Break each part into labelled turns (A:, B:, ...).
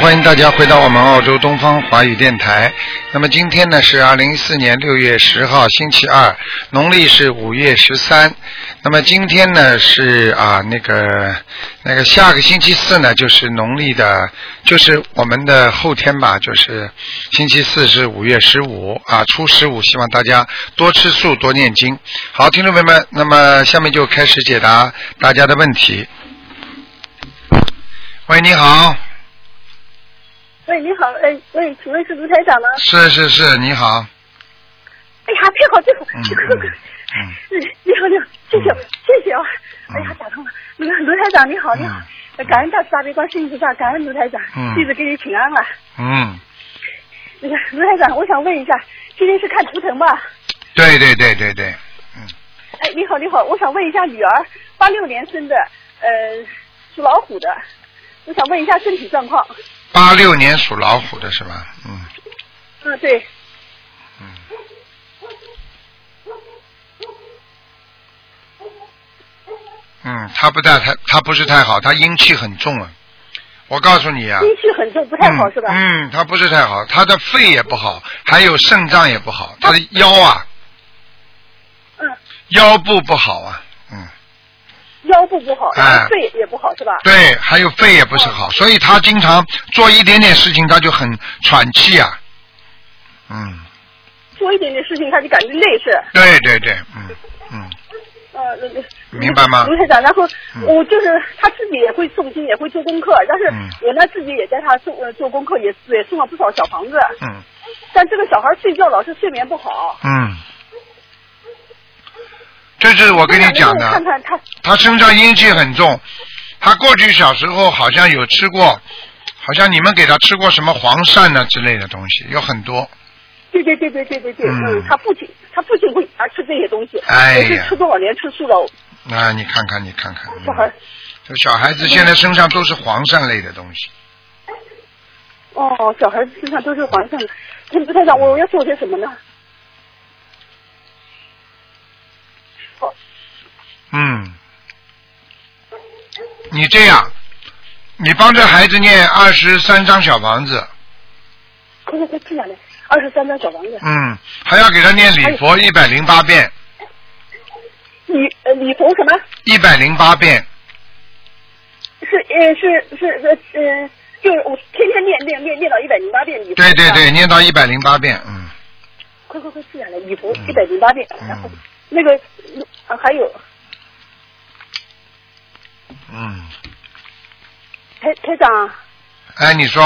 A: 欢迎大家回到我们澳洲东方华语电台。那么今天呢是二零一四年六月十号，星期二，农历是五月十三。那么今天呢是啊那个那个下个星期四呢就是农历的，就是我们的后天吧，就是星期四是五月十五啊，初十五，希望大家多吃素，多念经。好，听众朋友们，那么下面就开始解答大家的问题。喂，你好，
B: 喂，你好，哎，喂，请问是卢台长吗？
A: 是是是，你好，
B: 哎呀，最好最好，
A: 嗯嗯
B: 你好你好，谢谢谢谢啊，哎呀，打通了，卢卢台长你好你好，感恩大慈大悲观世音菩萨，感恩卢台长
A: 嗯，
B: 弟子给你请安了。
A: 嗯，
B: 那个卢台长，我想问一下，今天是看图腾吧？
A: 对对对对对，
B: 哎，你好你好，我想问一下女儿，八六年生的，呃，属老虎的，我想问一下身体状况。
A: 八六年属老虎的是吧？嗯，
B: 嗯，对，
A: 嗯，他不太太，他不是太好，他阴气很重啊。我告诉你啊，
B: 阴气很重，不太好、是吧？
A: 嗯，嗯他不是太好，他的肺也不好，还有肾脏也不好，他的腰啊，
B: 嗯，
A: 腰部不好啊，嗯，
B: 腰部不好，
A: 哎
B: 然后肺也不好是吧？
A: 对，还有肺也不是
B: 哦
A: 好，所以他经常做一点点事情他就很喘气啊，嗯，
B: 做一点点事情他就感觉累是。
A: 对对对，嗯嗯，
B: 呃，那个
A: 明白吗
B: 卢台长，然后
A: 啊嗯
B: 我就是他自己也会诵经，也会做功课，但是
A: 嗯
B: 我呢自己也在他做呃做功课，也也送了不少小房子。
A: 嗯
B: 但这个小孩睡觉老是睡眠不好。
A: 嗯，这是我
B: 我
A: 跟你讲的。
B: 看看他，
A: 他身上阴气很重，他过去小时候好像有吃过，好像你们给他吃过什么黄鳝呐、之类的东西，有很多。
B: 对对对对对对对，
A: 嗯
B: 嗯，他不仅他不仅会啊吃这些东西，
A: 哎呀
B: 也是吃多少年吃素了，
A: 啊，你看看，你看看，
B: 小孩
A: 嗯，这小孩子现在身上都是黄鳝类的东西。
B: 哦，小孩身上都是黄色的。卢台长，我要做些什么呢？
A: 嗯，你这样，你帮这孩子念二十三张小房子，
B: 快快快，进来，二十三张小房子，
A: 嗯，还要给他念礼佛一百零八遍，
B: 你呃你从什么？
A: 一百零八遍，
B: 是呃是是呃呃，就是我天天练练练练到一百零八遍礼佛。
A: 对对
B: 是吧
A: 对，。念到一百零八遍，嗯，
B: 快快快记下来，礼佛一百零八遍，然后那个啊还有
A: 嗯，
B: 台台长，
A: 哎，你说，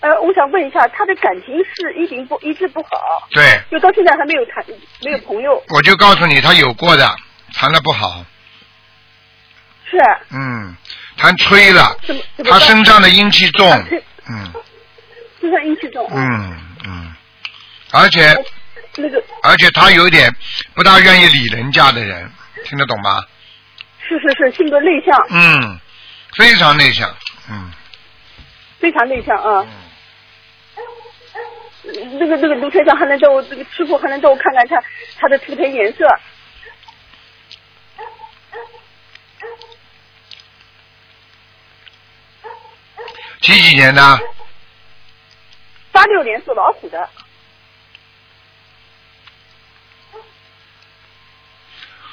B: 呃，我想问一下，他的感情是一直不一直不好，
A: 对，
B: 就到现在还没有谈没有朋友，
A: 我就告诉你，他有过的，谈了不好，
B: 是啊
A: 嗯，谈吹了，
B: 怎么怎么
A: 他
B: 办？
A: 身上的阴气重，
B: 身
A: 嗯
B: 身上阴气重，
A: 嗯嗯，而且
B: 呃那个
A: 而且他有点不大愿意理人家的人，听得懂吗？
B: 是是是性格内向，
A: 嗯，非常内向，嗯
B: 非常内向啊
A: 嗯。，
B: 那个那个卢台长还能叫我这个师傅还能叫我看看他他的图腾颜色，
A: 几几年的？
B: 八六年属老虎的。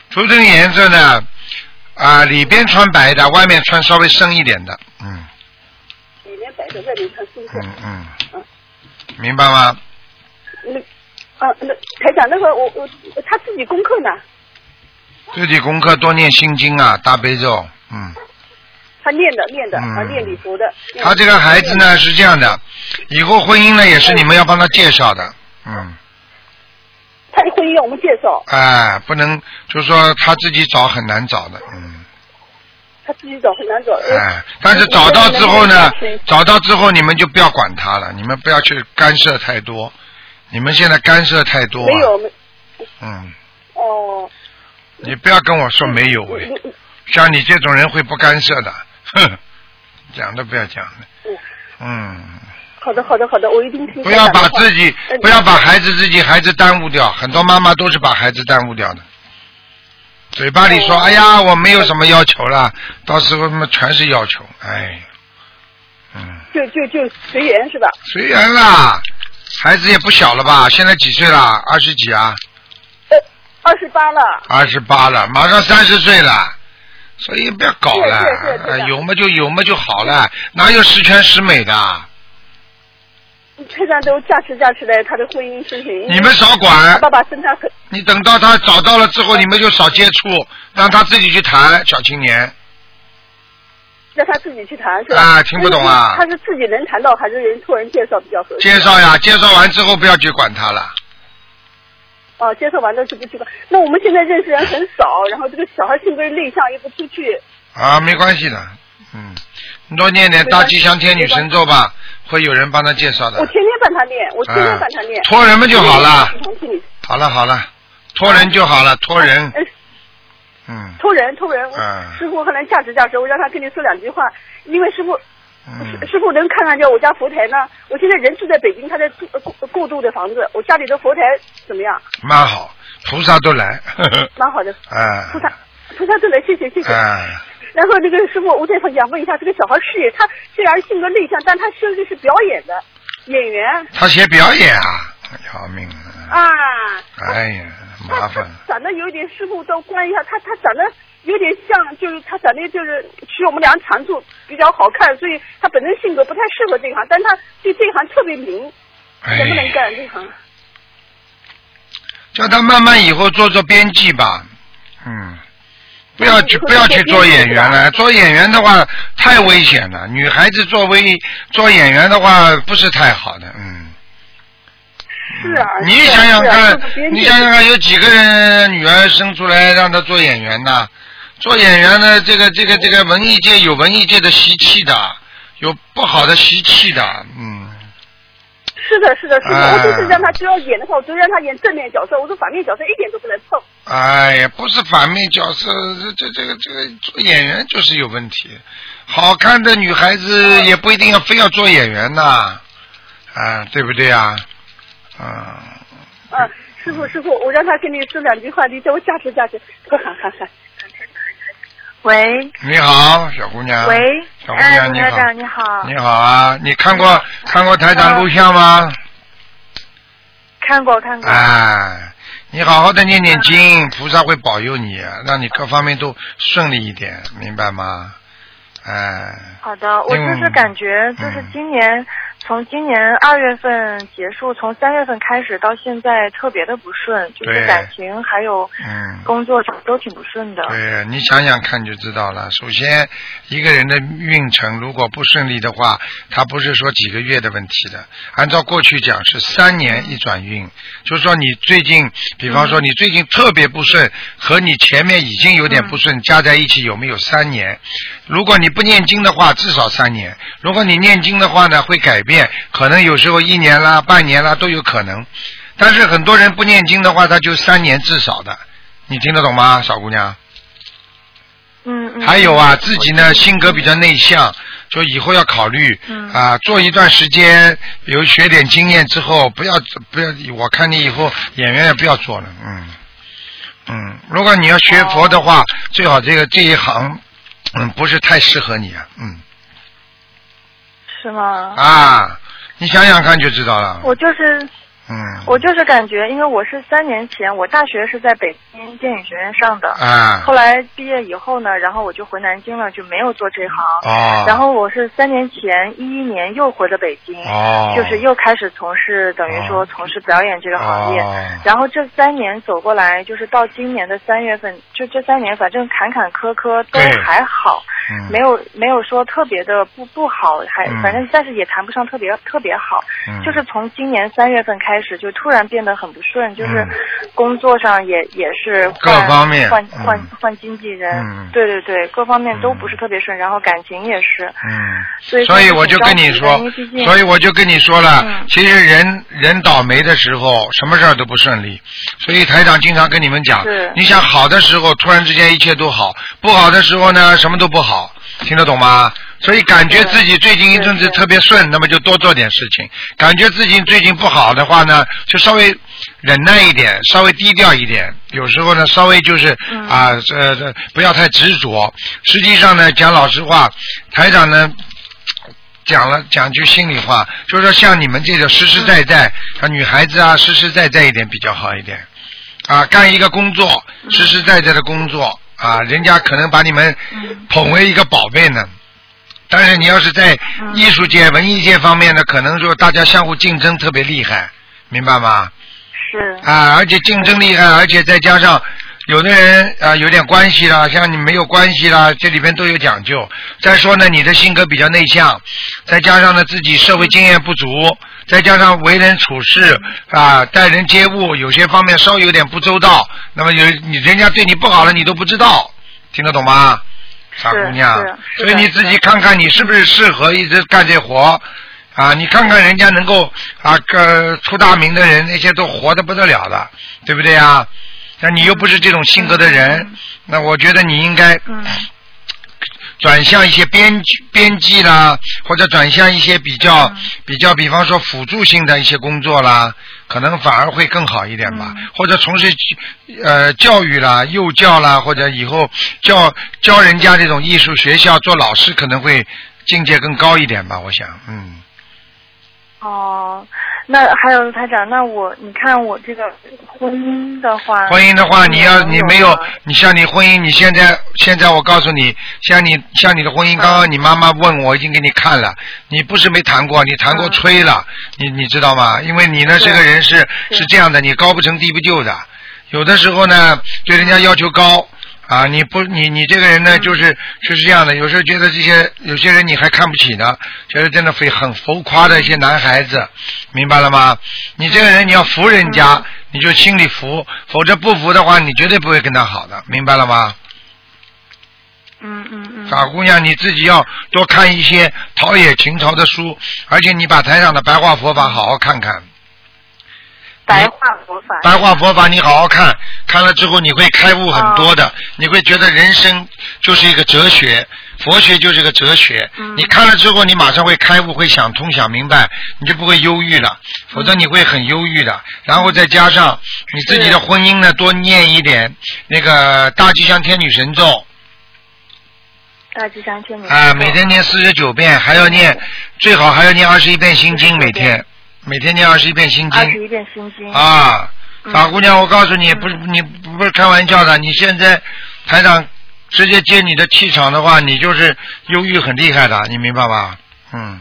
A: 图腾颜色呢？啊、里边穿白的，外面穿稍微深一点的，嗯
B: 里面摆着，外面穿素色。
A: 嗯嗯
B: 嗯，
A: 明白吗？
B: 那啊，那台长，那个我我他自己功课呢，
A: 自己功课多念心经啊，大悲咒，嗯。
B: 他念的念的、啊，
A: 嗯
B: 念礼佛的。念
A: 他这个孩子？呢是这样的，以后婚姻呢也是你们要帮他介绍的，嗯，
B: 他的婚姻要我们介绍，
A: 哎，不能就说他自己找很难找的，嗯，
B: 他自己找很难找。
A: 哎，但是找到之后呢，找到之后你们就不要管他了，你们不要去干涉太多，你们现在干涉太多、啊
B: 没有，没
A: 嗯，
B: 哦。
A: 你不要跟我说没有哎，
B: 嗯
A: 像你这种人会不干涉的，哼，讲都不要讲了，
B: 嗯
A: 嗯，
B: 好的，好的，好的，嗯我一定听。
A: 不要把自
B: 己。
A: 己不要把孩子自己孩子耽误掉，很多妈妈都是把孩子耽误掉的。嘴巴里说：“
B: 哦
A: 哎呀，我没有什么要求了。”到时候他妈全是要求，哎，嗯，
B: 就就就随缘是吧？
A: 随缘啦。孩子也不小了吧？现在几岁了？二十几啊？
B: 呃，二十八了，
A: 二十八了，马上三十岁了，所以不要搞了，
B: 对对对对的
A: 呃有么就有么就好了，哪有十全十美的？
B: 台上都加持加持的他的婚姻事情。因为
A: 你们少
B: 他
A: 管，
B: 爸爸身上可
A: 你等到他找到了之后，你们就少接触，让他自己去谈小青年。
B: 让他自己去谈是吧？
A: 啊听不懂啊
B: 他是自己能谈到，还是人托人介绍比较合适？
A: 介绍呀，介绍完之后不要去管他了。
B: 哦，介绍完了就不去吧。那我们现在认识人很少，然后这个小孩性格内向，又不出去，
A: 啊，没关系的，嗯，你多念点
B: 没
A: 大
B: 关系
A: 吉祥天女神咒吧，会有人帮他介绍的啊
B: 我。天天帮他念，我天天帮他念。
A: 托嗯人们就好了。
B: 我听嗯你
A: 好了好了，托人就好了，托人，
B: 呃
A: 嗯
B: 托人托人，我
A: 嗯
B: 师傅后来价值价值，我让他跟你说两句话，因为师傅。
A: 嗯
B: 师师傅能看看见我家佛台呢？我现在人住在北京，他在住呃过过渡的房子，我家里的佛台怎么样？
A: 蛮好，菩萨都 来，呵呵
B: 蛮好的，
A: 啊
B: 菩萨菩萨真的谢谢谢谢。
A: 啊，
B: 然后那个师傅，我再想问一下，这个小孩事业，他虽然性格内向，但他生的是表演的演员
A: 他写表演啊，要命啊，
B: 啊。
A: 哎呀，麻
B: 他他
A: 烦，
B: 长得有点，师傅都关一下，他他长得有点像，就是他长得就是取我们俩长处比较好看，所以他本身性格不太适合这一行，但他对这一行特别灵，
A: 哎
B: 能不能干这行？
A: 叫他慢慢以后做做编辑吧，嗯，不要去
B: 以后
A: 不要去
B: 做
A: 做
B: 编辑
A: 演员
B: 是
A: 了，做演员的话太危险了，女孩子做危做演员的话不是太好的，嗯。
B: 是啊，
A: 你
B: 是啊
A: 想想
B: 是啊
A: 看
B: 就是别，人
A: 你想想看，有几个人女儿生出来让她做演员呐？做演员呢，这个这个这个文艺界有文艺界的习气的，有不好的习气的，嗯，
B: 是的，是的，是的，
A: 哎
B: 我就是让他只要演的话，我就让他演正面角色，我说反面角色一点都不能碰。
A: 哎呀，不是反面角色，这这这个这个做演员就是有问题。好看的女孩
B: 嗯
A: 子也不一定要非要做演员呐，啊，对不对啊？啊，
B: 啊，师傅，师傅，我让他跟你说两句话，你叫我加持加持， 多喊喊喊。
C: 喂
A: 你好，小姑娘。
C: 喂，
A: 啊小姑娘
C: 哎，
A: 你
C: 卢
A: 好
C: 台长你好，
A: 你好啊，你看
B: 嗯
A: 过看过台长录像吗？
C: 看过看过，
A: 哎，你好好的念念经，菩萨会保佑你，让你各方面都顺利一点，明白吗？哎，
C: 好的，我就是
A: 嗯
C: 感觉就是今年。从今年二月份结束，从三月份开始到现在特别的不顺，就是
A: 对
C: 感情还有
A: 嗯，
C: 工作都挺不顺的。
A: 对你想想看就知道了。首先，一个人的运程如果不顺利的话，他不是说几个月的问题的，按照过去讲是三年一转运，就是说你最近，比方说你最近特别不顺，和你前面已经有点不顺，加在一起有没有三年？如果你不念经的话，至少三年；如果你念经的话呢，会改变，可能有时候一年啦、半年啦都有可能。但是很多人不念经的话，他就三年至少的，你听得懂吗，小姑娘？
C: 嗯嗯。
A: 还有啊，自己呢性格比较内向，就以后要考虑
C: 嗯
A: 啊，做一段时间，有学点经验之后，不要不要，我看你以后演员也不要做了，嗯嗯，如果你要学佛的
C: 哦
A: 话，最好这个这一行，嗯，不是太适合你啊，嗯
C: 是吗？
A: 啊，你想想看就知道了，
C: 哦我就是
A: 嗯，
C: 我就是感觉，因为我是三年前，我大学是在北京电影学院上的，
A: 啊
C: 后来毕业以后呢，然后我就回南京了，就没有做这行。
A: 哦，
C: 然后我是三年前一一年又回了北京，
A: 哦，
C: 就是又开始从事等于
A: 哦
C: 说从事表演这个行业。
A: 哦
C: 然后这三年走过来，就是到今年的三月份，就这三年反正坎坎坷坷都
A: 对
C: 还好，
A: 嗯
C: 没有没有说特别的不不好，还
A: 嗯
C: 反正但是也谈不上特别特别好。
A: 嗯
C: 就是从今年三月份开始，就突然变得很不顺，就是
A: 嗯
C: 工作上也也是换
A: 各方面
C: 换
A: 嗯
C: 换换经纪人，
A: 嗯
C: 对对对，各方面都不是特别顺，然后感情也是，
A: 嗯。
C: 所以说
A: 所以我就
C: 挺着
A: 跟你
C: 急的
A: 说
C: 因为毕竟，
A: 所以我就跟你说了，
C: 嗯
A: 其实人人倒霉的时候，什么事儿都不顺利。所以台长经常跟你们讲
C: 是，
A: 你想好的时候，突然之间一切都好；不好的时候呢，什么都不好。听得懂吗？所以感觉
C: 对
A: 自己最近一阵子
C: 对对
A: 特别顺，那么就多做点事情；感觉自己最近不好的话呢，就稍微忍耐一点，稍微低调一点。有时候呢，稍微就是
C: 嗯
A: 啊，这这不要太执着。实际上呢，讲老实话，台长呢讲了讲句心里话，就是说像你们这种实实在
C: 嗯
A: 在，像女孩子啊，实实在在一点比较好一点。啊，干一个工作，
C: 嗯
A: 实实在在的工作啊，人家可能把你们
C: 嗯
A: 捧为一个宝贝呢。但是你要是在艺术界、文艺界方面呢，可能说大家相互竞争特别厉害，明白吗？
C: 是，
A: 啊，而且竞争厉害，而且再加上有的人啊、有点关系啦，像你没有关系啦，这里边都有讲究。再说呢，你的性格比较内向，再加上呢自己社会经验不足，再加上为人处事啊、待人接物有些方面稍微有点不周到，那么有你人家对你不好了，你都不知道，听得懂吗？傻姑娘
C: 是，是
A: 所以你
C: 是的
A: 自己看看你是不是适合一直干这活啊？你看看人家能够啊，呃，出大名的人，那些都活得不得了的，对不对啊？那你又不是这种性格的人，那我觉得你应该
C: 嗯
A: 转向一些编剧编辑啦，或者转向一些比较、比较，比方说辅助性的一些工作啦，可能反而会更好一点吧。或者从事呃教育啦、幼教啦，或者以后教教人家这种艺术学校做老师，可能会境界更高一点吧。我想，嗯。
C: 哦，那还有台长，那我你看我这个婚姻的话，
A: 婚姻的话，你要你嗯没有
C: 吗，
A: 你像你婚姻，你现在现在我告诉你，像你像你的婚姻，刚刚你妈妈问我，已经给你看了，你不是没谈过，你谈过
C: 嗯
A: 吹了，你你知道吗？因为你呢，
C: 对
A: 这个人是
C: 是
A: 是这样的，你高不成低不就的，有的时候呢，对人家要求高。啊，你不，你你这个人呢，就是就是这样的。有时候觉得这些有些人你还看不起呢，觉得真的非很浮夸的一些男孩子，明白了吗？你这个人你要服人家，你就心里服，否则不服的话，你绝对不会跟他好的，明白了吗？
C: 嗯嗯嗯，
A: 傻姑娘，你自己要多看一些陶冶情操的书，而且你把台上的白话佛法好好看看，
C: 白话佛法，
A: 白话佛法你好好看，看了之后你会开悟很多的，你会觉得人生就是一个哲学，佛学就是个哲学。
C: 嗯
A: 你看了之后，你马上会开悟，会想通、想明白，你就不会忧郁了，否则你会很忧郁的。然后再加上你自己的婚姻呢，多念一点那个大吉祥天女神咒，
C: 大吉祥天女
A: 啊，每天念四十九遍，还要念，最好还要念二十一遍心经，
C: 49
A: 每天，每天念二十一遍心
C: 二十
A: 经
C: 一遍心经，
A: 啊。
C: 嗯
A: 傻姑娘，我告诉你，
C: 嗯
A: 不是你不是开玩笑的，你现在台长直接接你的气场的话，你就是忧郁很厉害的，你明白吧？嗯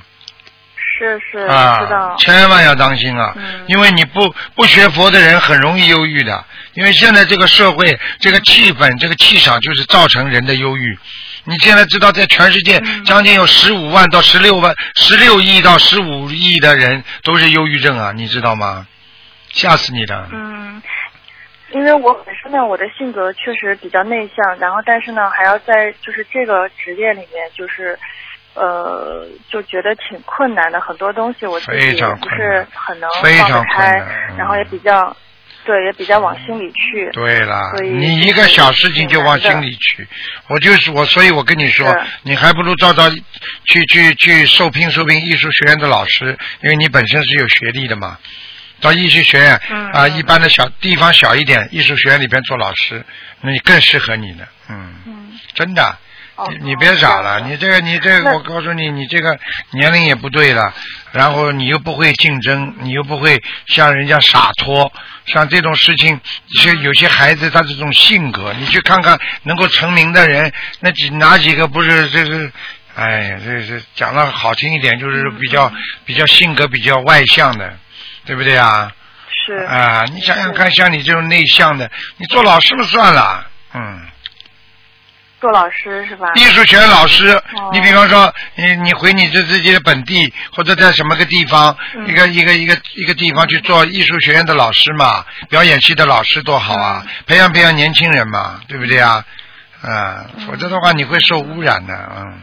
C: 是是、知
A: 啊
C: 道，，
A: 千万要当心啊
C: 嗯，
A: 因为你不不学佛的人很容易忧郁的，因为现在这个社会这个气氛这个气场就是造成人的忧郁。你现在知道，在全世界
C: 嗯
A: 将近有十五万到十六万、十六亿到十五亿的人都是忧郁症啊，你知道吗？吓死你的！
C: 嗯。因为我本身呢，我的性格确实比较内向，然后但是呢，还要在就是这个职业里面，就是，呃，就觉得挺困难的，很多东西我自己
A: 非
C: 也
A: 常
C: 不
A: 困
C: 是
A: 难
C: 很能
A: 非
C: 放
A: 常
C: 得
A: 困
C: 开
A: 难，
C: 然后也
A: 嗯
C: 比较，对，也比较往心里去。
A: 对啦，
C: 所以
A: 你
C: 就
A: 一个
C: 是
A: 小事情
C: 挺
A: 就
C: 难
A: 往
C: 的
A: 心里去，我就是我，所以我跟你说
C: 是，
A: 你还不如照照去去去受聘受聘艺术学院的老师，因为你本身是有学历的嘛。到艺术学院啊、
C: 嗯嗯
A: 一般的小地方小一点，艺术学院里边做老师，那你更适合你的，嗯，
C: 嗯，
A: 真的。
C: 哦
A: 你你别傻了，
C: 这样
A: 你这个你这个，
C: 那
A: 我告诉你，你这个年龄也不对了，然后你又不会竞争，你又不会像人家洒脱，像这种事情，是有些孩子他这种性格，你去看看能够成名的人，那几哪几个不是这个？哎呀，这是讲的好听一点，就是比
C: 嗯
A: 较比较性格比较外向的，对不对啊？
C: 是
A: 啊，你想想看，像你这种内向的，你做老师不算了，嗯。
C: 做老师是吧？
A: 艺术学院老师，
C: 哦
A: 你比方说，你你回你这自己的本地，或者在什么个地方，
C: 嗯
A: 一个一个一个一个地方去做艺术学院的老师嘛，表演系的老师多好啊，
C: 嗯
A: 培养培养年轻人嘛，对不对啊？
C: 嗯
A: 啊，否则的话你会受污染的，嗯。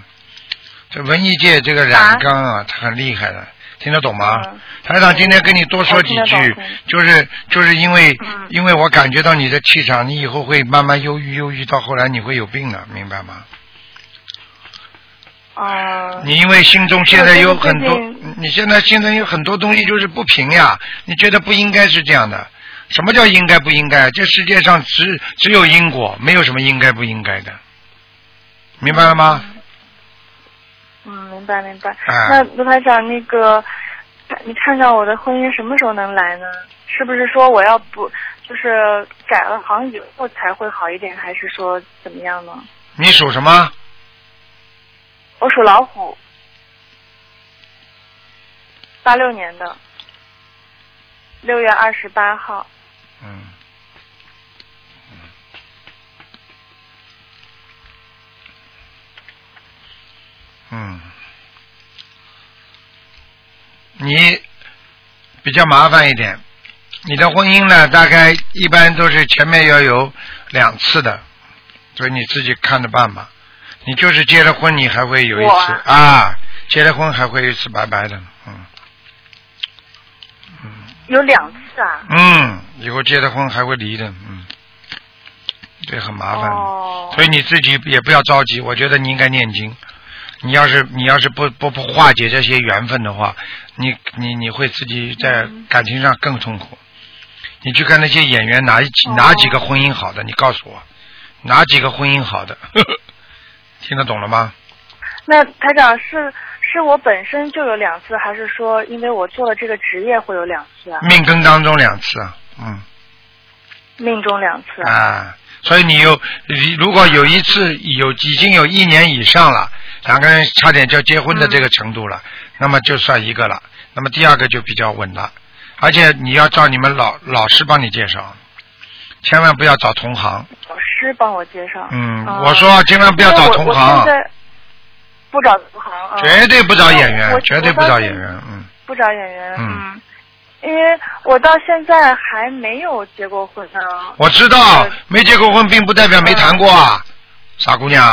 A: 这文艺界这个染缸啊，它很厉害的，听得懂吗？
C: 嗯
A: 台长今天跟你多说几
C: 我听得
A: 句
C: 懂，
A: 就是就是因为
C: 嗯
A: 因为我感觉到你的气场，你以后会慢慢忧郁，忧郁到后来你会有病的，明白吗？
C: 啊、
A: 你因为心中现在有很
C: 我
A: 多
C: 觉得最近，
A: 你现在现在有很多东西就是不平呀，你觉得不应该是这样的。什么叫应该不应该？这世界上只只有因果，没有什么应该不应该的，明白了吗？
C: 嗯，明白明白。
A: 哎
C: 那卢台长，那个你看看我的婚姻什么时候能来呢？是不是说我要不就是改了行以后才会好一点，还是说怎么样呢？
A: 你属什么？
C: 我属老虎，八六年的，六月二十八号。
A: 嗯。嗯，你比较麻烦一点，你的婚姻呢，大概一般都是前面要有两次的，所以你自己看着办吧。你就是结了婚，你还会有一
C: 我
A: 次
C: 啊
A: 啊，结了婚还会有一次拜拜的，嗯
C: 有两次啊。
A: 嗯，以后结了婚还会离的，嗯，这很麻烦的。
C: 哦。
A: 所以你自己也不要着急，我觉得你应该念经。你要是你要是不不不化解这些缘分的话，你你你会自己在
C: 嗯
A: 感情上更痛苦。你去看那些演员哪一
C: 哦
A: 哪几个婚姻好的，你告诉我，哪几个婚姻好 的？听得懂了吗？
C: 那台长是是我本身就有两次，还是说因为我做了这个职业会有两次啊？
A: 命根当中两次，啊，嗯
C: 命中两次啊？
A: 啊，所以你有你如果有一次有已经有一年以上了，两个人差点就要结婚的这个程度了，那么就算一个了。那么第二个就比较稳了，而且你要找你们老老师帮你介绍，千万不要找同行。
C: 老师帮我介绍。
A: 嗯，
C: 哦
A: 我说千万不要找同
C: 因为我我
A: 行
C: 现，在不找同行啊。
A: 绝对不找演
C: 我
A: 员
C: 我，
A: 绝对不找演员。嗯，
C: 不找演员，
A: 嗯
C: 嗯，因为我到现在还没有结过婚呢，
A: 我知道
C: 对
A: 没结过婚并不代表没谈过啊，傻姑娘。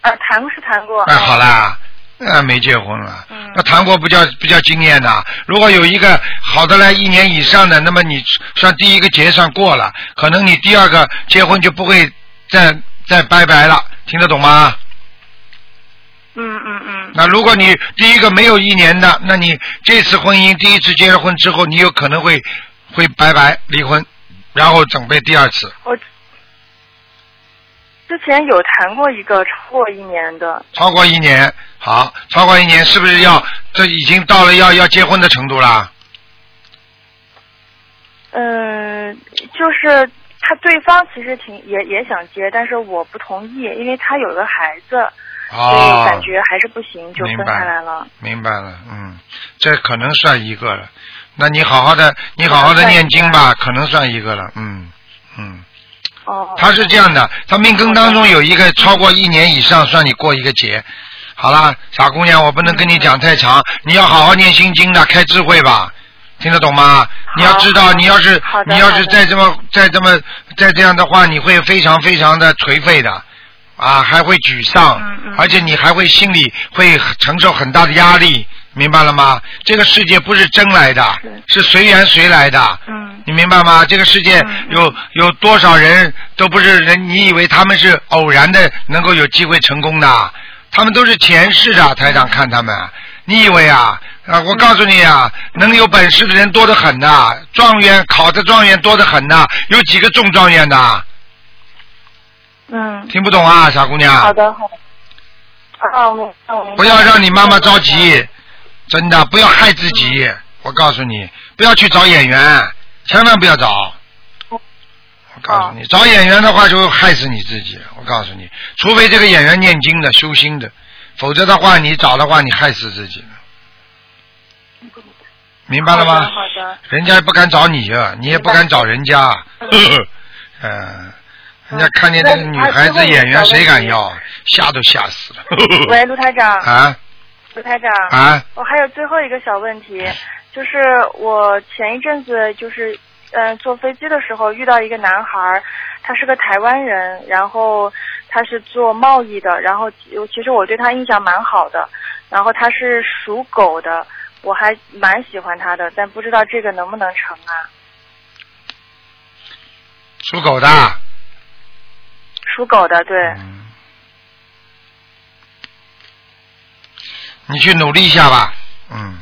C: 啊，谈是谈过，
A: 哎，好，啦，那没结婚了，
C: 嗯
A: 那谈过不叫不叫经验呐。如果有一个好的来一年以上的，那么你算第一个结算过了，可能你第二个结婚就不会再再拜拜了，听得懂吗？
C: 嗯嗯嗯，
A: 那如果你第一个没有一年的，那你这次婚姻第一次结了婚之后，你有可能会会拜拜离婚，然后准备第二次。
C: 我之前有谈过一个超过一年的，
A: 超过一年，好，超过一年是不是要这已经到了要要结婚的程度啦？
C: 嗯，就是他对方其实挺也也想接，但是我不同意，因为他有个孩子，所以
A: 哦，
C: 感觉还是不行，就分开来了。
A: 明白了，嗯，这可能算一个了。那你好好的，你好好的念经吧，可能算一个了，嗯嗯。
C: 哦，
A: 他是这样的，他命根当中有一个超过一年以上，算你过一个节。好啦，傻姑娘，我不能跟你讲太
C: 嗯
A: 长，你要好好念心经的，开智慧吧，听得懂吗？你要知道，
C: 好
A: 你要是
C: 好的
A: 你要是
C: 好的
A: 再这么再这么再这样的话，你会非常非常的颓废的。啊，还会沮丧，
C: 嗯嗯
A: 而且你还会心里会承受很大的压力，明白了吗？这个世界不是争来的，是随缘随来的。
C: 嗯
A: 你明白吗？这个世界
C: 嗯嗯
A: 有有多少人都不是人？你以为他们是偶然的能够有机会成功的？他们都是前世
C: 嗯
A: 的，台长看他们。你以为啊？啊，我告诉你啊，能有本事的人多得很呐、状元考的状元多得很呐、有几个中状元的？
C: 嗯，
A: 听不懂啊，傻姑娘。
C: 好的好的，啊，我那我明白
A: 不要让你妈妈着急，真的不要害自己。我告诉你，不要去找演员，千万不要找。我告诉你，找演员的话就害死你自己。我告诉你，除非这个演员念经的、修心的，否则的话，你找的话，你害死自己了。明白了
C: 好
A: 吗
C: 的？好的。
A: 人家也不敢找你啊，你也不敢找人家。
C: 嗯
A: 嗯、人家看见这个女孩子演员，谁敢要？吓都吓死了。
C: 喂，卢台长，
A: 嗯 啊
C: 卢台长，
A: 啊！
C: 我还有最后一个小问题，就是我前一阵子就是，呃，坐飞机的时候遇到一个男孩儿，他是个台湾人，然后他是做贸易的，然后其其实我对他印象蛮好的，然后他是属狗的，我还蛮喜欢他的，但不知道这个能不能成啊？
A: 属狗的。
C: 属狗的，对，
A: 嗯，你去努力一下吧，嗯，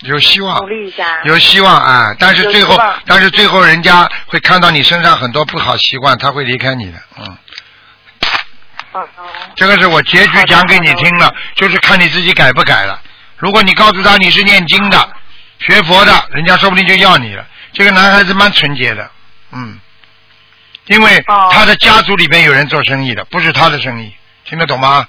A: 有希望
C: 努，力一下。
A: 啊有希望啊！但是
C: 有
A: 最
C: 希
A: 后
C: 望，
A: 但是最后人家会看到你身上很多不好习惯，他会离开你的，嗯。
C: 嗯嗯
A: 这个是我结局讲给你听了，就是看你自己改不改了。如果你告诉他你是念经的、学佛的，人家说不定就要你了。这个男孩子蛮纯洁的，嗯，因为
C: 哦
A: 他的家族里边有人做生意的，不是他的生意，听得懂吗？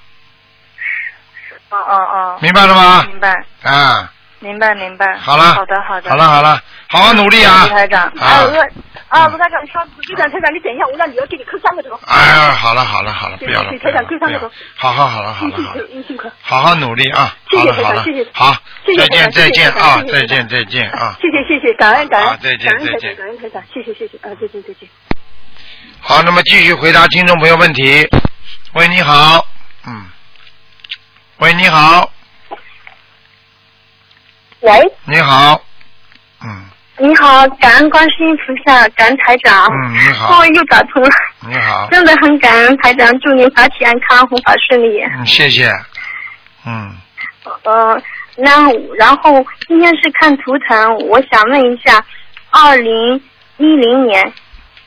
C: 嗯嗯
A: 明白了吗
C: 嗯，？明白
A: 啊，
C: 明白明白。
A: 好了，
C: 好的好的。
A: 好了，好了，好好努力啊，
C: 卢台长
B: 哎，
A: 啊
B: 我，啊，卢台长，你上次就让台长，你等一下，我让女儿给你磕三个头。
A: 哎呀，好了好了好了，不要了，
B: 对对
A: 不要了
B: 台长就上那
A: 不要
B: 个
A: 了好好好了好
B: 你
A: 了
B: 嗯辛
A: 好
B: 苦
A: 了，，
B: 你辛苦，
A: 好好努力啊，
B: 谢
A: 好
B: 谢
A: 了
B: 台
A: 好
B: 长
A: 了
B: 谢谢，
A: 好，
B: 谢谢
A: 再见
B: 台长
A: 再见啊，再
B: 谢谢台长
A: 见再见啊。
B: 谢谢谢谢，感恩感
A: 好
B: 恩，
A: 再见
B: 感恩
A: 再
B: 台
A: 见
B: 长，感恩台长，谢谢谢谢，啊，再见再见。
A: 好，那么继续回答听众朋友问题。喂，你好，嗯，喂，你好，
D: 喂，
A: 你好，嗯
D: 你好，感恩观世音菩萨，感恩台长。
A: 嗯，你好
D: 终，于又打通了，
A: 你好，
D: 真的很感恩台长，祝您法体安康，弘法顺利。
A: 嗯，谢谢，嗯，
D: 呃，那然后今天是看图腾，我想问一下，二零一零年，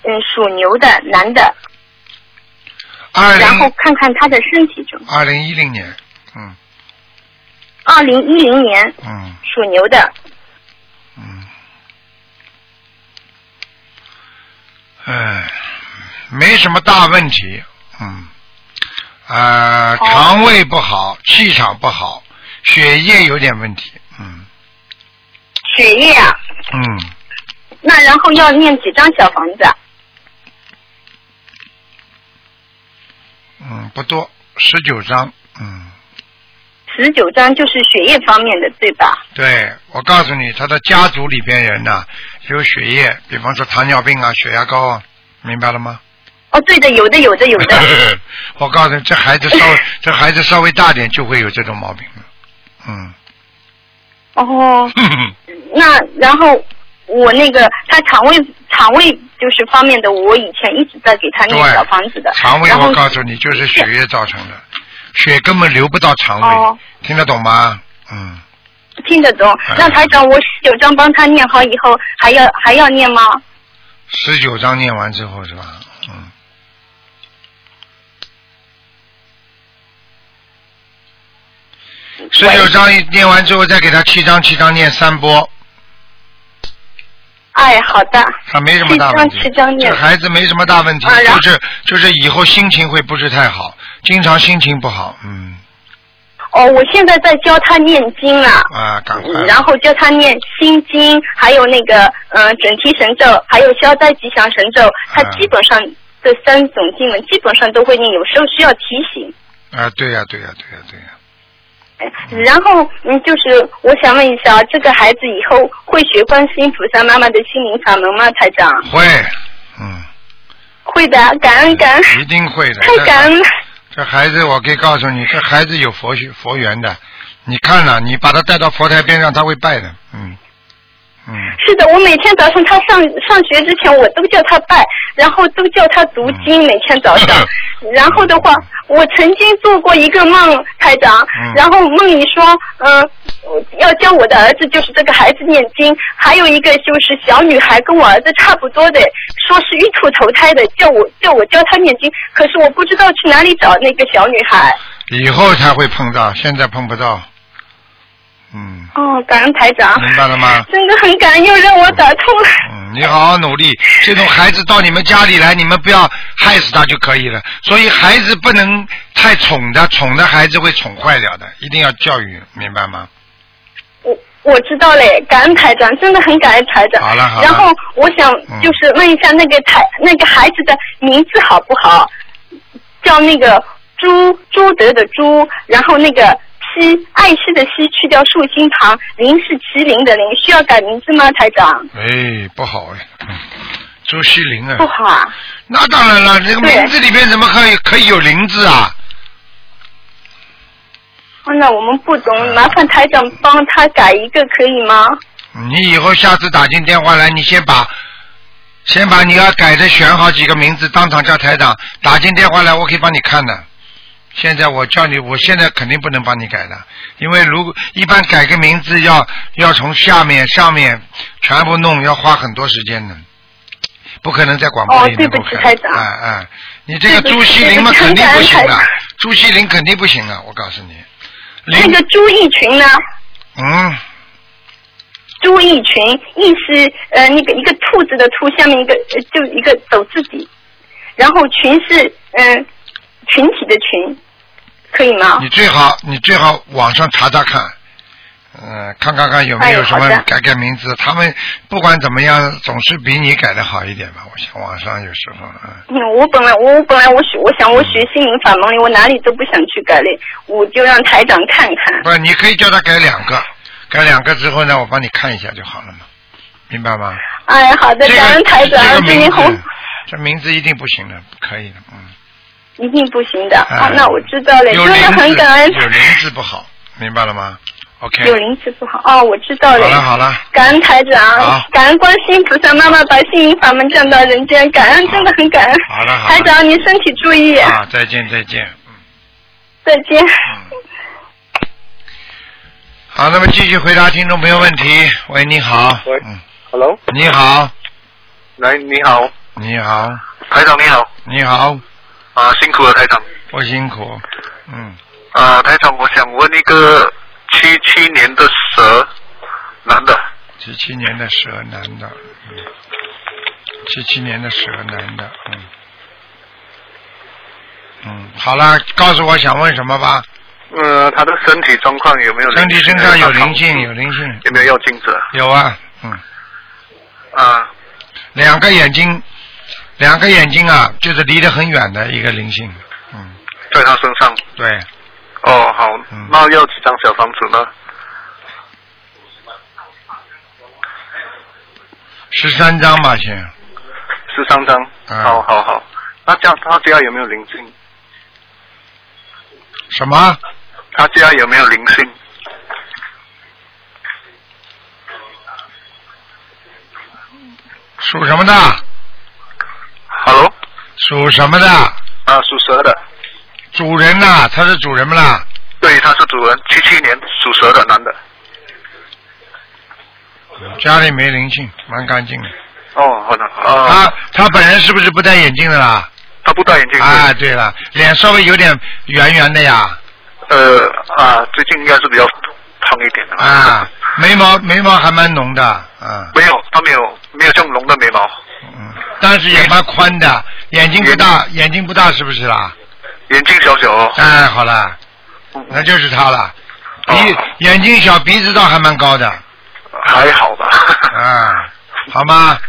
D: 嗯，属牛的男的，
A: 二
D: 然后
A: 零
D: 看看他的身体状况。
A: 二零一零年，嗯
D: 二零一零年
A: 嗯
D: 属牛的，
A: 嗯，哎，没什么大问题，嗯，
D: 哦
A: 啊、肠胃不好，气场不好，血液有点问题，嗯
D: 血液啊，
A: 嗯。
D: 那然后要念几张小房子啊？
A: 嗯，不多，十九张。嗯，
D: 十九张就是血液方面的，对吧？
A: 对，我告诉你，他的家族里边人呐、有血液，比方说糖尿病啊、血压高啊，明白了吗？
D: 哦，对的，有的，有的，有的。
A: 我告诉你，这孩子 稍微这孩子稍微大点就会有这种毛病了。嗯，
D: 哦，那然后我那个他肠胃肠胃就是方面的，我以前一直在给他念
A: 对
D: 小房子的，
A: 肠胃
D: 然后
A: 我告诉你就是血液造成的，血根本流不到肠胃，
D: 哦
A: 听得懂吗？嗯，
D: 听得懂。
A: 嗯
D: 那台长，我十九章帮他念好以后，还要还要念吗？
A: 十九章念完之后是吧？嗯。十九章一念完之后，再给他七章，七章念三波，
D: 哎，好的，
A: 他没什么大问题。
D: 七章七章念
A: 这孩子没什么大问题，
D: 啊然后
A: 就是就是以后心情会不是太好，经常心情不好，嗯
D: 哦，我现在在教他念经了。
A: 啊，赶快。
D: 然后教他念心经，还有那个嗯、呃准提神咒，还有消灾吉祥神咒，他
A: 啊
D: 基本上这三种经文基本上都会念，有时候需要提醒。
A: 啊，对呀、对呀、对呀、对呀、
D: 然后，嗯，就是我想问一下，这个孩子以后会学观世音菩萨妈妈的心灵法门吗？台长，
A: 会，嗯，
D: 会的，感恩感恩，
A: 一定会的。
D: 太
A: 这
D: 感恩了。
A: 这孩子，我可以告诉你，这孩子有佛学佛缘的。你看了、你把他带到佛台边上，他会拜的。嗯，嗯，
D: 是的，我每天早上他上上学之前，我都叫他拜，然后都叫他读经，每天早上。 然后的话，我曾经做过一个梦，台长
A: 嗯，
D: 然后梦里说，嗯、我要教我的儿子，就是这个孩子念经，还有一个就是小女孩跟我儿子差不多的，说是玉兔投胎的，叫我叫我教她念经，可是我不知道去哪里找那个小女孩。
A: 以后才会碰到，现在碰不到。嗯，
D: 哦，感恩台长，
A: 明白了吗？
D: 真的很感恩，又让我打通了。
A: 嗯，你好好努力。这种孩子到你们家里来，你们不要害死他就可以了。所以孩子不能太宠他，宠的孩子会宠坏了的，一定要教育，明白吗？
D: 我我知道嘞，感恩台长，真的很感恩台长。
A: 好了好了
D: 然后我想
A: 嗯
D: 就是问一下那个台、那个孩子的名字好不好？叫那个朱朱德的朱，然后那个西爱惜的惜去掉竖心旁，林是麒麟的林，需要改名字吗，台长？
A: 哎，不好哎，嗯、朱锡林啊。
D: 不好啊，
A: 那当然了，这个
D: 对
A: 名字里边怎么可以可以有“林”字啊？
D: 哦那我们不懂，
A: 嗯
D: 麻烦台长帮他改一个可以吗？
A: 你以后下次打进电话来，你先把先把你要改的选好几个名字，当场叫台长打进电话来，我可以帮你看的。现在我叫你，我现在肯定不能帮你改的，因为如果一般改个名字要要从下面上面全部弄，要花很多时间的。不可能在广播里能
D: 哦对
A: 够
D: 不起
A: 看
D: 台
A: 到。
D: 长
A: 啊啊，你这个
D: 对不
A: 朱西
D: 起
A: 林嘛
D: 对
A: 肯
D: 不起
A: 定不行
D: 台
A: 的
D: 长，
A: 朱西林肯定不行啊的，我告诉你。
D: 那
A: 林
D: 个朱义群呢？
A: 嗯，
D: 朱义群，义是呃那个一个兔子的兔，下面一个、呃、就一个走字底，然后群是嗯、呃群体的群，可以吗
A: 你？最好你最好网上查查看，呃，看看看有没有
D: 哎
A: 什么
D: 好的
A: 改改名字。他们不管怎么样，总是比你改的好一点吧。我想网上有时候，嗯。
D: 嗯，我本来我我本来我学我想我学心灵法门里，我哪里都不想去改嘞，我就让台长看看。
A: 不，你可以叫他改两个，改两个之后呢，我帮你看一下就好了嘛，明白吗？
D: 哎，好的，
A: 这
D: 感恩
A: 个
D: 台长，
A: 这个
D: 最近
A: 名
D: 红
A: 字，这名字一定不行的，不可以的，嗯。
D: 一定不行的。
A: 哎
D: 哦，那我知道嘞，
A: 有
D: 真的
A: 灵
D: 很
A: 字
D: 感恩。
A: 有灵字不好，明白了吗？OK。
D: 有灵气不好哦，我知道
A: 好
D: 嘞。
A: 了好了，
D: 感恩台
A: 好
D: 长，感恩观世音菩萨妈妈把心灵法门降到人间，感恩真的很感恩。
A: 好了好了
D: 台长，您身体注意，
A: 啊，再见再见，嗯
D: 再见。
A: 嗯。好，那么继续回答听众朋友问题。喂，你好。
E: 喂
A: 嗯，
E: Hello，
A: 你好，
E: 来，你好，
A: 你好，
E: 台长你好，
A: 你好，
E: 啊、辛苦了台长，
A: 不辛苦。嗯，
E: 啊、台长，我想问一个七七年的蛇，男的，
A: 七七年的蛇男的，嗯，七七年的蛇男的，嗯，嗯，好了，告诉我想问什么吧。
E: 呃，他的身体状况有没有灵
A: 身
E: 性？
A: 体身上有灵性，有灵性，
E: 有没嗯有要镜子？
A: 有啊，嗯，
E: 啊、
A: 两个眼睛，两个眼睛啊，就是离得很远的一个灵性，嗯，
E: 在他身上。
A: 对，
E: 哦，好，
A: 嗯
E: 那要几张小房子呢？
A: 十三张吧，先，
E: 十三张。
A: 嗯
E: 好好好，那这样他家有没有灵性？
A: 什么？
E: 他家有没有灵性？
A: 属什么的？
E: Hello，
A: 属什么的？
E: 啊，属蛇的，
A: 主人呐、他是主人不啦？
E: 对，他是主人，七七年属蛇的男的。
A: 家里没灵性，蛮干净的。
E: 哦，好的，啊，
A: 他他本人是不是不戴眼镜的啦？
E: 他不戴眼镜。
A: 啊，对了，脸稍微有点圆圆的呀，
E: 呃啊，最近应该是比较胖一点的
A: 啊，眉毛眉毛还蛮浓的，啊，
E: 没有，他没有没有像浓的眉毛，
A: 嗯，但是也蛮宽的，眼睛不大，眼睛不大是不是啦？
E: 眼睛小小哦。
A: 哎，好了，
E: 嗯
A: 那就是他了，鼻
E: 哦
A: 眼睛小，鼻子倒还蛮高的，
E: 还好吧？
A: 啊，好吗？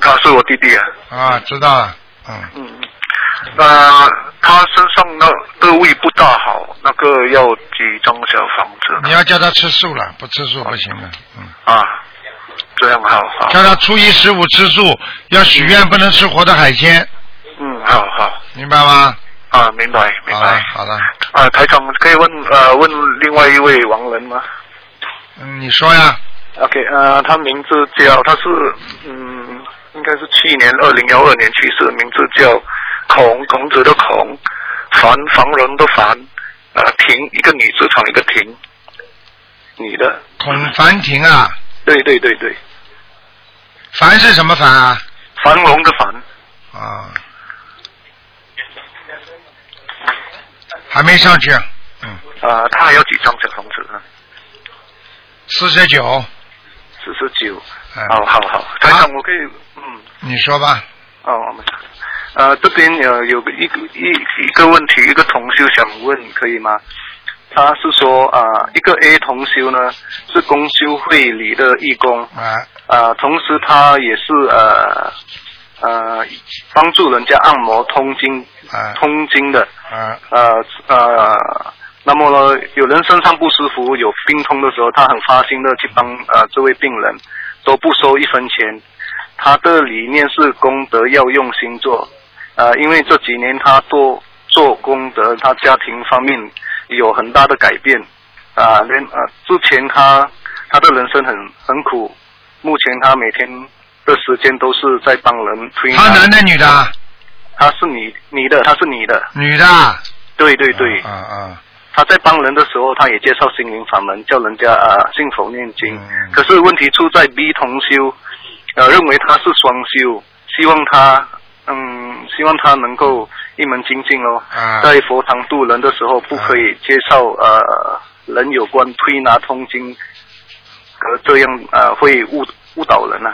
E: 他是我弟弟啊。
A: 啊，知道了，嗯，
E: 嗯。呃，他身上那个胃不大好，那个要几张小房子
A: 你
E: 呢？
A: 要叫他吃素 了，不吃素不行的，嗯，
E: 啊，这样好好。
A: 叫他初一十五吃素，要许愿不能吃活的海鲜，
E: 嗯，好好
A: 明白吗？
E: 啊，明白明
A: 好了
E: 白。
A: 好了，
E: 啊，台长可以问呃问另外一位王人吗？
A: 嗯，你说呀，
E: OK，呃，他名字叫，他是，嗯，应该是去年二零幺二年去世，名字叫孔，孔子的孔，凡凡人的凡，呃，婷，一个女字旁一个婷，女的，
A: 孔繁婷啊，
E: 对对对对，
A: 繁是什么繁啊？
E: 繁荣的繁，
A: 啊，还没上去，嗯，
E: 啊、他还有几张小房子呢？
A: 四十九，
E: 四十九，好
A: 嗯，
E: 好好，台长，我可以，嗯，
A: 你说吧，
E: 哦，我们，呃，这边有有个一个一一个问题，一个同修想问，可以吗？他是说啊、一个 A 同修呢是公修会里的义工，
A: 啊，
E: 啊、同时他也是呃呃帮助人家按摩通经
A: 啊
E: 通经的，
A: 啊，
E: 呃呃，那么呢，有人身上不舒服、有病痛的时候，他很发心的去帮呃这位病人，都不收一分钱。他的理念是功德要用心做，呃，因为这几年他多做功德，他家庭方面有很大的改变，啊、连呃之前他他的人生很很苦，目前他每天的时间都是在帮人推拿。
A: 他男的女的啊？
E: 他是你你的，他是你的，
A: 女的啊？
E: 对对对。
A: 啊啊，
E: 他在帮人的时候，他也介绍呃心灵法门，叫人家啊信佛念经。
A: 嗯
E: 可是问题出在 B 同修，呃，认为他是双修，希望他嗯，希望他能够一门精进喽。
A: 啊
E: 在佛堂度人的时候，不可以介绍呃人有关推拿通经，呃这样呃会误误导人啊。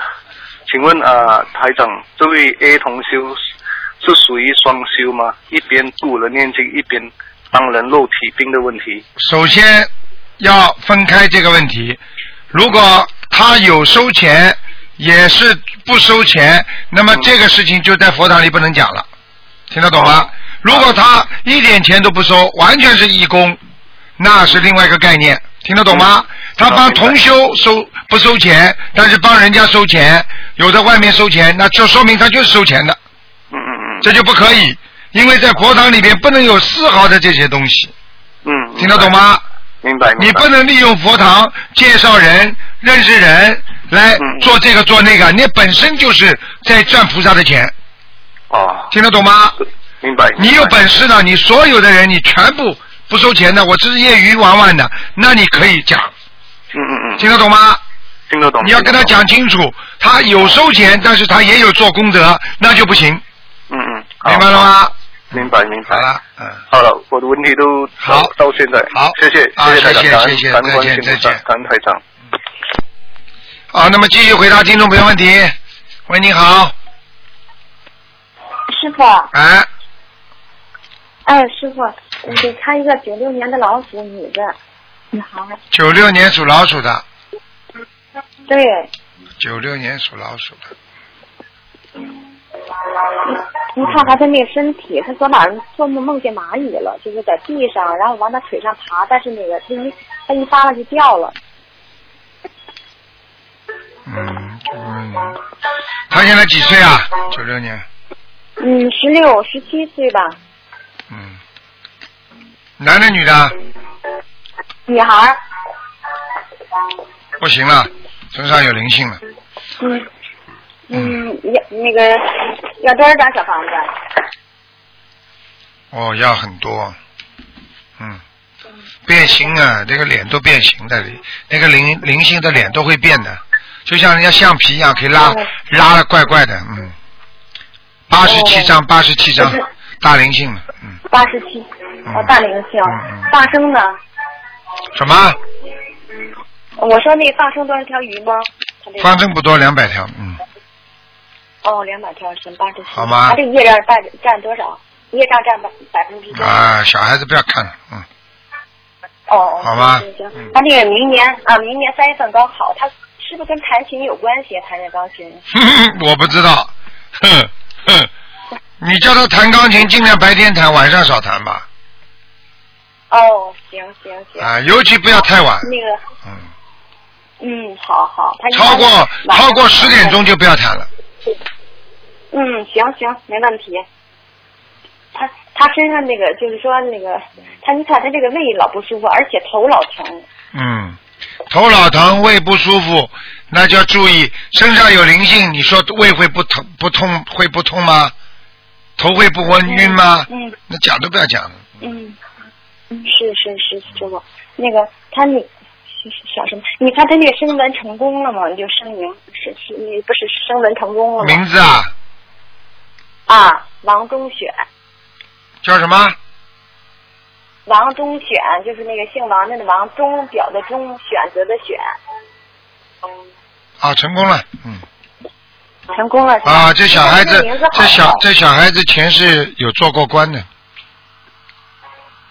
E: 请问呃台长，这位 A 同修是属于双修吗？一边度人念经，一边帮人肉体病的问题。
A: 首先要分开这个问题。如果他有收钱，也是不收钱，那么这个事情就在佛堂里不能讲了，听得懂吗？如果他一点钱都不收，完全是义工，那是另外一个概念，听得懂吗？他帮同修收不收钱，但是帮人家收钱，有的外面收钱，那就说明他就是收钱的，
E: 嗯嗯嗯
A: 这就不可以，因为在佛堂里面不能有丝毫的这些东西，
E: 嗯，
A: 听得懂吗？
E: 明白？明白。
A: 你不能利用佛堂介绍人、认识人来
E: 嗯
A: 做这个做那个，你本身就是在赚菩萨的钱，
E: 哦，
A: 听得懂吗？
E: 明白。
A: 你有本事的，你所有的人你全部不收钱的，我只是业余玩玩的，那你可以讲，
E: 嗯嗯嗯，
A: 听得懂吗？
E: 听得懂。
A: 你要跟他
E: 听得
A: 讲
E: 懂
A: 清楚，他有收钱，但是他也有做功德，那就不行，
E: 嗯嗯，好
A: 明白了？吗？
E: 明白明白
A: 好。了，嗯，
E: 好了，我的问题都
A: 好
E: 到到现在，
A: 好
E: 谢谢，
A: 啊
E: 谢台
A: 谢谢
E: 长，
A: 谢谢
E: 感
A: 再
E: 恩感
A: 见
E: 恩观世音菩萨
A: 再见
E: 感恩台长。
A: 好，那么继续回答听众朋友问题。喂，你好，
F: 师傅，
A: 哎，
F: 哎，师傅，嗯给看一个九六年的老鼠女的，女孩。
A: 九六年属老鼠的，
F: 对，
A: 九六年属老鼠的。
F: 您看看她那个身体，她昨晚上做梦梦见蚂蚁了，就是在地上，然后往她腿上爬，但是那个她一她一扒拉就掉了。
A: 嗯，九六年，他现在几岁啊？九六年，
F: 嗯，十六十七岁吧，
A: 嗯，男的女的？
F: 女孩儿。
A: 不行了，身上有灵性了，
F: 嗯嗯，要那个要多少张小房子？啊
A: 哦，要很多，嗯，变形啊，那个脸都变形的，那个灵灵性的脸都会变的，就像人家橡皮一样，可以拉
F: 哦
A: 拉的怪怪的，嗯，八十七张，八十七张，大灵性了，嗯，
F: 八十七，哦，大龄性
A: 嗯嗯，
F: 放生呢？
A: 什么？
F: 嗯我说那放生多少条鱼吗？她这个
A: 方正不多，两百条，嗯，
F: 哦，两百条是八十七。
A: 好吗
F: 他这业障占占多少？业障占百百分之多少？
A: 啊，小孩子不要看了，嗯。
F: 哦哦，
A: 好吧
F: 行行
A: 嗯
F: 行。他这个明年啊，明年三月份高考，他是不是跟弹琴有关系？弹那钢琴？
A: 我不知道，哼哼，你叫他弹钢琴，尽量白天弹，晚上少弹吧，
F: 哦，行行行。
A: 啊，尤其不要太晚，
F: 那个，
A: 嗯，
F: 嗯，好好，他一般
A: 超过
F: 晚上
A: 超过十点钟就不要弹了，
F: 嗯，行行，没问题。他他身上那个就是说那个，他你看他这个胃老不舒服，而且头老疼。
A: 嗯，头脑疼，胃不舒服，那就要注意，身上有灵性，你说胃会不疼不痛会不痛吗？头会不昏晕吗？
F: 嗯嗯
A: 那讲都不要讲了，
F: 嗯，是是是，师傅，那个他你是是小什么？你看他那个升文成功了吗？你就声明是是，你不是升文成功了吗？
A: 名字啊
F: 啊，王中选，
A: 叫什么？
F: 王中选就是那个姓王的那王，钟表的钟，选择的选，
A: 啊，成功了，嗯。
F: 成功了是吧
A: 啊，这小孩子
F: 你看，他
A: 这
F: 名字好
A: 小
F: 好
A: 这小孩子前世有做过官的，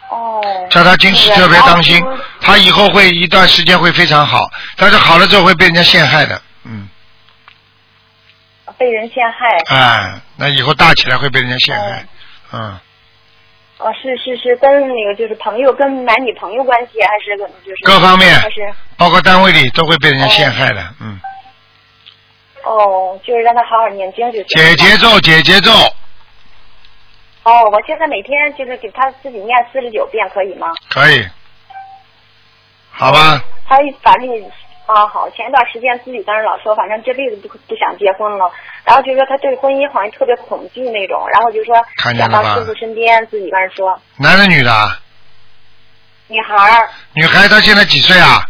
F: 哦，
A: 叫他今世特别当心
F: 那个王中，
A: 他以后会一段时间会非常好，但是好了之后会被人家陷害的，嗯，
F: 被人陷害。
A: 哎，那以后大起来会被人家陷害，嗯，
F: 哦，是是是，跟那个就是朋友，跟男女朋友关系，还是跟就是
A: 各方面
F: 还是
A: 包括单位里都会被人家陷害的，嗯，
F: 哦，就是让他好好念经就行。
A: 解节奏，解节奏，
F: 哦，我现在每天就是给他自己念四十九遍，可以吗？
A: 可以，好吧，
F: 他反正啊好，前一段时间自己当时老说，反正这辈子不不想结婚了，然后就说他对婚姻好像特别恐惧那种，然后就说
A: 看见
F: 想
A: 了吧
F: 到师傅身边，自己跟人说，
A: 男的女的啊，
F: 女孩儿
A: 女孩她现在几岁啊？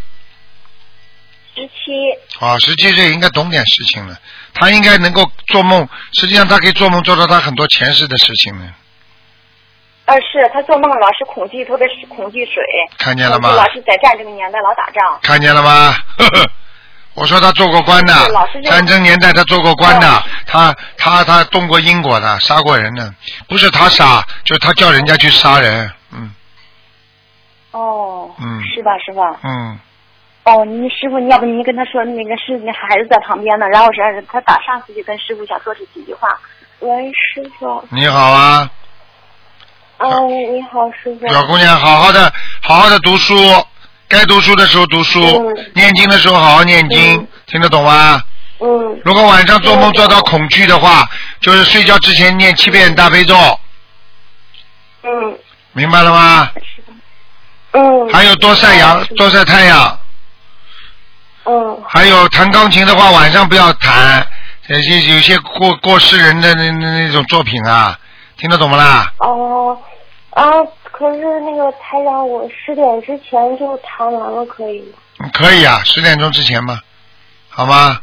F: 十七，
A: 啊，十七岁应该懂点事情了，他应该能够做梦，实际上他可以做梦做到他很多前世的事情呢，
F: 呃，是他做梦老是恐惧，特别是恐惧水。
A: 看见了吗
F: 就老是在战争年代老打仗。
A: 看见了吗？ 呵呵我说他做过官的
F: 是嗯老师，这嗯个
A: 战争年代他做过官的，他他他动过因果的，杀过人的，不是他杀，就是他叫人家去杀人，嗯
F: 哦。
A: 嗯
F: 是吧？是吧？
A: 嗯，
F: 哦，你师傅，你要不你跟他说那个是那孩子在旁边呢，然后让他打上次就跟师傅想说这几句话。喂，师傅，
A: 你好啊，
F: 嗯，你好，师傅。
A: 小姑娘，好好的好好的读书，该读书的时候读书，
F: 嗯
A: 念经的时候好好念经，
F: 嗯
A: 听得懂吗？
F: 嗯
A: 如果晚上做梦做到恐惧的话，就是睡觉之前念七遍大悲咒，
F: 嗯
A: 明白了吗？
F: 嗯。
A: 还有多晒阳，多晒太阳。
F: 嗯
A: 还有弹钢琴的话，晚上不要弹，有些有些过过世人的那那那种作品啊，听得懂不啦？
F: 哦啊！可是那个台长，我十点之前就谈完了，可以吗？
A: 嗯可以啊，十点钟之前嘛，好吗？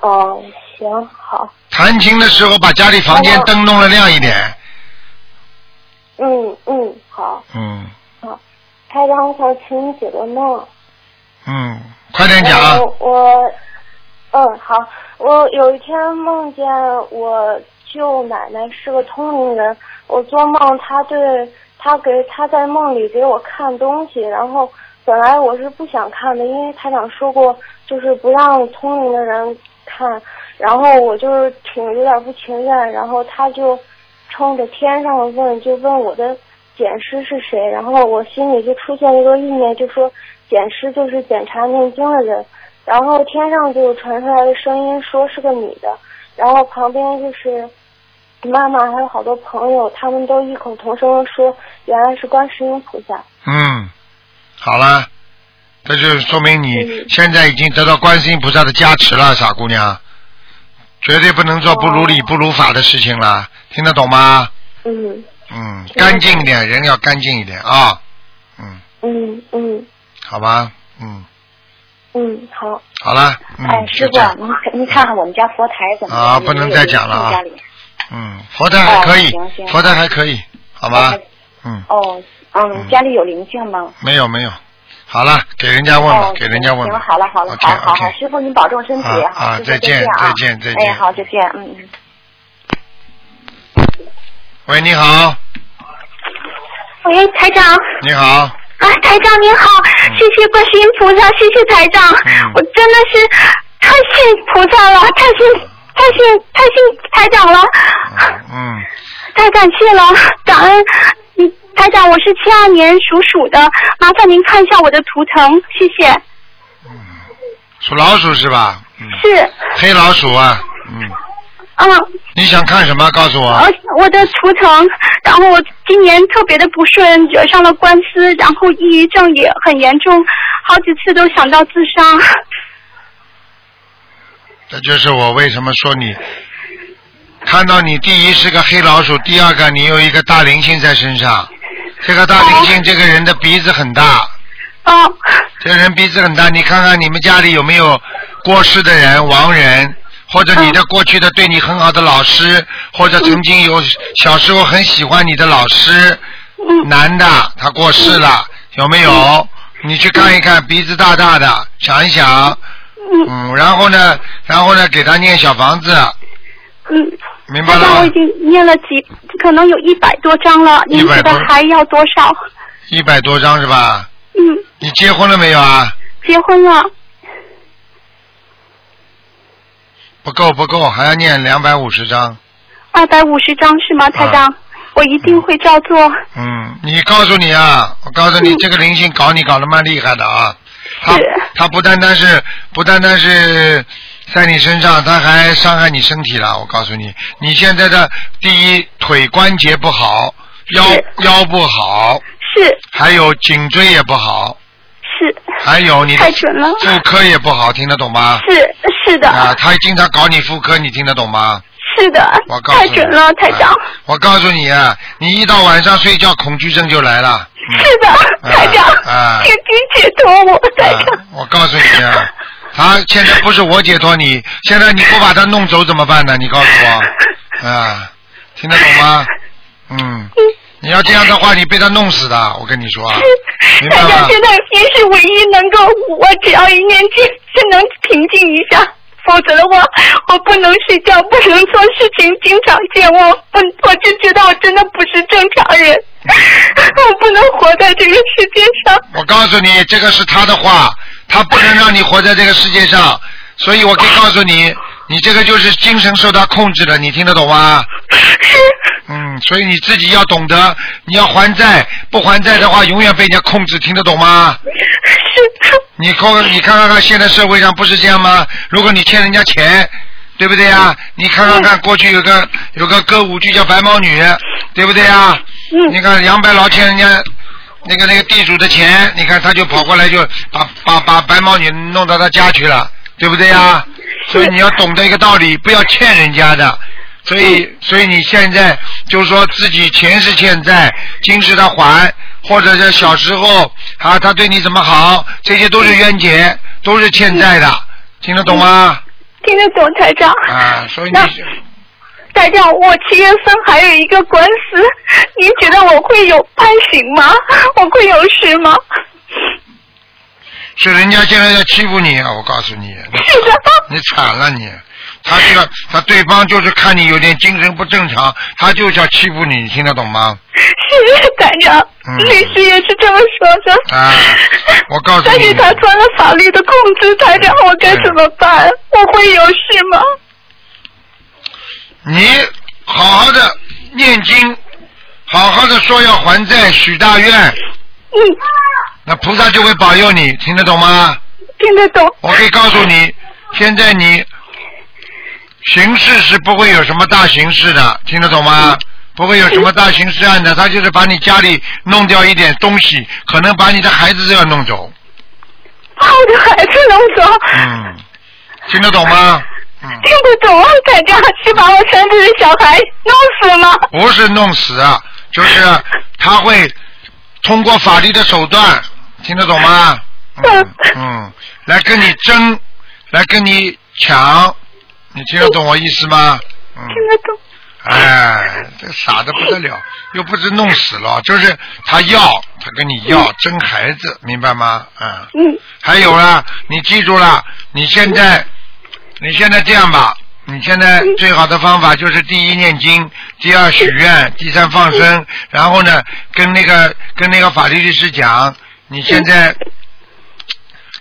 F: 哦，行，好，
A: 弹琴的时候把家里房
F: 哦
A: 间灯弄得亮一点，
F: 嗯嗯，好。
A: 嗯
F: 台长，我想请你解个梦。
A: 嗯，快点讲啊，
F: 我呃我，嗯，好，我有一天梦见我舅奶奶是个通灵人，我做梦她对她给她在梦里给我看东西，然后本来我是不想看的，因为台长说过就是不让通灵的人看，然后我就是挺有点不情愿，然后她就冲着天上问，就问我的检师是谁，然后我心里就出现一个意念，就说检师就是检查念经的人，然后天上就传出来的声音说是个女的，然后旁边就是妈妈还有好多朋友，他们都异口同声地说原来是观世音菩萨。
A: 嗯，好了，这就说明你
F: 嗯
A: 现在已经得到观世音菩萨的加持了，傻姑娘，绝对不能做不如理不如法的事情了，听得懂吗？
F: 嗯
A: 嗯，干净一点，人要干净一点啊。嗯，
F: 嗯嗯
A: 好吧，嗯，
F: 嗯，好。
A: 好了，嗯，
F: 哎，师
A: 就
F: 傅
A: 这样，，
F: 您看您看看我们家佛台怎么样？
A: 啊不能再讲了啊
F: 家里
A: 嗯，佛台还可以
F: 哦行，行
A: 佛台还可以，好吧，嗯，
F: 哦，
A: 嗯
F: 嗯，家里有灵性吗？
A: 没有没有，好了，给人家问吧
F: 哦，，
A: 给人家问吧
F: 行，，好了好了，
A: OK
F: 好好好，
A: OK，
F: 师傅您保重身体
A: 啊
F: 好
A: 啊
F: 师傅
A: 再见
F: 见啊，
A: 再见再见
F: 哎，好，再见，嗯嗯。
A: 喂，你好，
D: 喂，台长，
A: 你好，
D: 啊，台长您好，谢谢观世音菩萨，谢谢台长，
A: 嗯
D: 我真的是太信菩萨了，太信太信太信台长了，
A: 嗯，
D: 太感谢了， 感恩。嗯台长，我是七二年属鼠的，麻烦您看一下我的图腾，谢谢。
A: 属老鼠是吧？嗯，
D: 是，
A: 黑老鼠啊，嗯，
D: 嗯，
A: 你想看什么？告诉我，
D: 而呃我的图腾，然后我今年特别的不顺，惹上了官司，然后抑郁症也很严重，好几次都想到自杀。
A: 这就是我为什么说你看到你第一是个黑老鼠，第二个你有一个大灵性在身上。这个大灵性，这个人的鼻子很大，
D: 啊，
A: 这个人鼻子很大。你看看你们家里有没有过世的人、亡人，或者你的过去的对你很好的老师，或者曾经有小时候很喜欢你的老师，
D: 嗯，
A: 男的他过世了，有没有？你去看一看，鼻子大大的，想一想，
D: 嗯
A: 嗯，然后呢，然后呢，给他念小房子，
D: 嗯，
A: 明白
D: 台
A: 了
D: 长，
A: 吗
D: 我已经念了几，可能有一百多张了，您
A: 100
D: 觉得
A: 多
D: 还要多少？
A: 一百多张是吧？
D: 嗯，
A: 你结婚了没有啊？
D: 结婚了，
A: 不够不够，还要念两百五十张。啊
D: 二百五十张是吗，台长？我一定会照做。
A: 嗯，你告诉你啊，我告诉你，
D: 嗯
A: 这个灵性搞你搞得蛮厉害的啊。他
D: 是
A: 他不单单是不单单是在你身上，他还伤害你身体了。我告诉你，你现在的第一腿关节不好，腰
D: 是
A: 腰不好，
D: 是
A: 还有颈椎也不好，
D: 是
A: 还有你的
D: 太准了
A: 妇科也不好，听得懂吗？
D: 是是的，
A: 啊，他经常搞你妇科，你听得懂吗？
D: 是的
A: 我，告诉
D: 太
A: 你，
D: 准了，台长
A: 啊。我告诉你啊，你一到晚上睡觉，恐惧症就来了。嗯
D: 是的，台长
A: 啊，
D: 请您解脱我，台
A: 啊
D: 长。
A: 我告诉你啊，他现在不是我解脱你，现在你不把他弄走怎么办呢？你告诉我，啊，听得懂吗？嗯，你要这样的话，你被他弄死的，我跟你说啊，明白
D: 台
A: 吗
D: 长？现在您是唯一能够，我只要一念经就能平静一下，否则的话我不能睡觉，不能做事情，经常健忘，我我就觉得我真的不是正常人，
A: 嗯
D: 我不能活在这个世界上。
A: 我告诉你，这个是他的话，他不能让你活在这个世界上，所以我可以告诉你，你这个就是精神受他控制的，你听得懂吗？嗯，所以你自己要懂得，你要还债，不还债的话，永远被人家控制，听得懂吗？
D: 是，
A: 你看，你看看看，现在社会上不是这样吗？如果你欠人家钱，对不对呀？你看看看，过去有个有个歌舞剧叫《白毛女》，对不对呀？你看杨白劳欠人家那个那个地主的钱，你看他就跑过来就把把把白毛女弄到他家去了，对不对呀？所以你要懂得一个道理，不要欠人家的。所以，所以你现在就是说自己前世欠债，今世他还，或者是小时候啊，他对你怎么好，这些都是冤结，都是欠债的，听得懂吗？
D: 听得懂台长？
A: 啊，所以你
D: 嗯那台长，我七月份还有一个官司，您觉得我会有判刑吗？我会有事吗？
A: 是人家现在在欺负你啊！我告诉你，
D: 是的，
A: 你惨了你。他这个，他对方就是看你有点精神不正常，他就想欺负你，你听得懂吗？
D: 是 台长，
A: 嗯
D: 律师也是这么说的。
A: 啊，嗯我告 诉
D: 但
A: 你
D: 是， 他钻了法律的空子，
A: 嗯
D: 台长，我该怎么办？我会有事吗？
A: 你好好的念经，好好的说要还债、许大愿，
D: 嗯，
A: 那菩萨就会保佑你，听得懂吗？
D: 听得懂。
A: 我可以告诉你，现在你刑事是不会有什么大刑事的，听得懂吗？不会有什么大刑事案的，他就是把你家里弄掉一点东西，可能把你的孩子都要弄走。
D: 把我的孩子弄走，
A: 嗯，听得懂吗？嗯，
D: 听不懂啊，台长是把我三岁的小孩弄死吗？
A: 不是弄死啊，就是他会通过法律的手段，听得懂吗？嗯嗯，来跟你争，来跟你抢，你听得懂我意思吗？嗯。
D: 听得懂。
A: 哎，这傻的不得了，又不是弄死了，就是他要，他跟你要争孩子，明白吗？嗯。
D: 嗯，
A: 还有啦，你记住了，你现在，你现在这样吧，你现在最好的方法就是第一念经，第二许愿，第三放生，然后呢，跟那个跟那个法律律师讲，你现在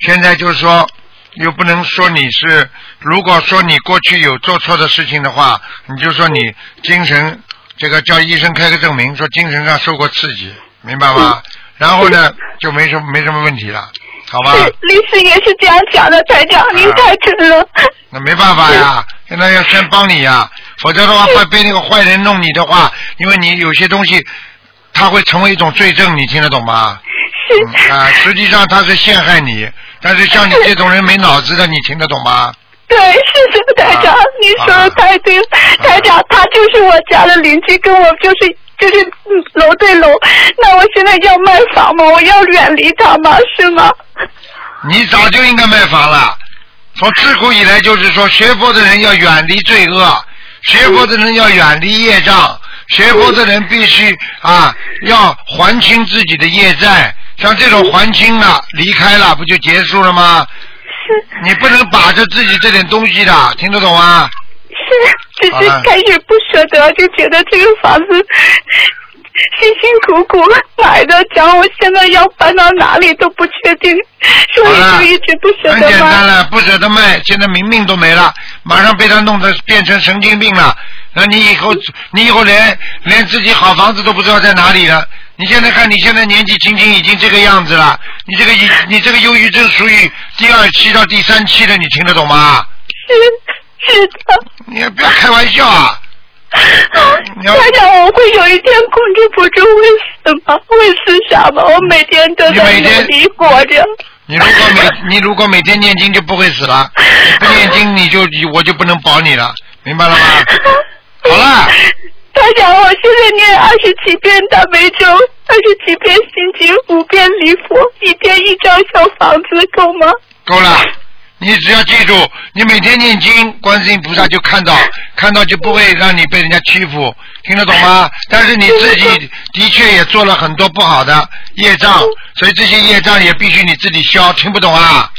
A: 现在就是说，又不能说你是，如果说你过去有做错的事情的话，你就说你精神这个叫医生开个证明，说精神上受过刺激，明白吗？然后呢，就没什么没什么问题了，好吧？
D: 是律师也是这样讲的，台长
A: 嗯
D: 您太准了。
A: 那没办法呀，现在要先帮你呀，否则的话会被那个坏人弄你的话，因为你有些东西，它会成为一种罪证，你听得懂吗？
D: 是
A: 嗯啊、实际上他是陷害你，但是像你这种人没脑子的，你听得懂吗？
D: 对，是的，台长
A: 啊，嗯
D: 你说的太对了。台长，他就是我家的邻居，跟我就是就是嗯楼对楼。那我现在要卖房吗？我要远离他吗？是吗？
A: 你早就应该卖房了。从自古以来就是说，学佛的人要远离罪恶，学佛的人要远离业障，学佛的人必须啊要还清自己的业债。像这种还清了、离开了，不就结束了吗？
D: 是
A: 你不能把着自己这点东西的，听得懂吗？
D: 是，只
A: 好
D: 是
A: 了
D: 开始不舍得，就觉得这个房子辛辛苦苦买的，讲我现在要搬到哪里都不确定，所以
A: 好了
D: 就一直不舍
A: 很
D: 得
A: 简单
D: 卖。
A: 了，不舍得卖，现在明命都没了，马上被他弄得变成神经病了。那你以后，
D: 嗯
A: 你以后连连自己好房子都不知道在哪里了。你现在看，你现在年纪轻轻已经这个样子了，你这个已你这个忧郁症属于第二期到第三期了，你听得懂吗？
D: 是是的。
A: 你也不要开玩笑啊！ 你要
D: 台长，我会有一天控制不住会死吗？会自杀吗？我每天都
A: 你
D: 在
A: 每天
D: 努力活着。
A: 你如果每你如果每天念经就不会死了，你不念经你就我就不能保你了，明白了吗？好了。
D: 台长，我现在念二十七遍大悲咒，二十七遍心经，五遍离佛，一天一张小房子够吗？
A: 够了。你只要记住，你每天念经，观世音菩萨就看到，看到就不会让你被人家欺负，听得懂吗？但是你自己的确也做了很多不好的业障，所以这些业障也必须你自己消，听不懂啊？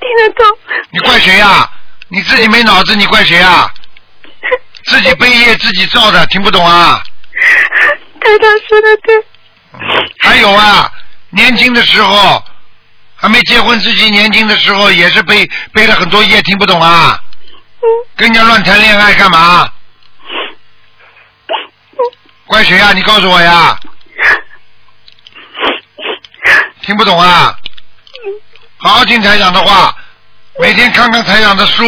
D: 听得懂。
A: 你怪谁啊？你自己没脑子，你怪谁啊？自己背业自己造的，听不懂啊？
D: 台长说的对。
A: 还有啊，年轻的时候，还没结婚之前，年轻的时候也是背背了很多业，听不懂啊。跟人家乱谈恋爱干嘛？怪谁啊？你告诉我呀。听不懂啊？好好听台长的话，每天看看台长的书，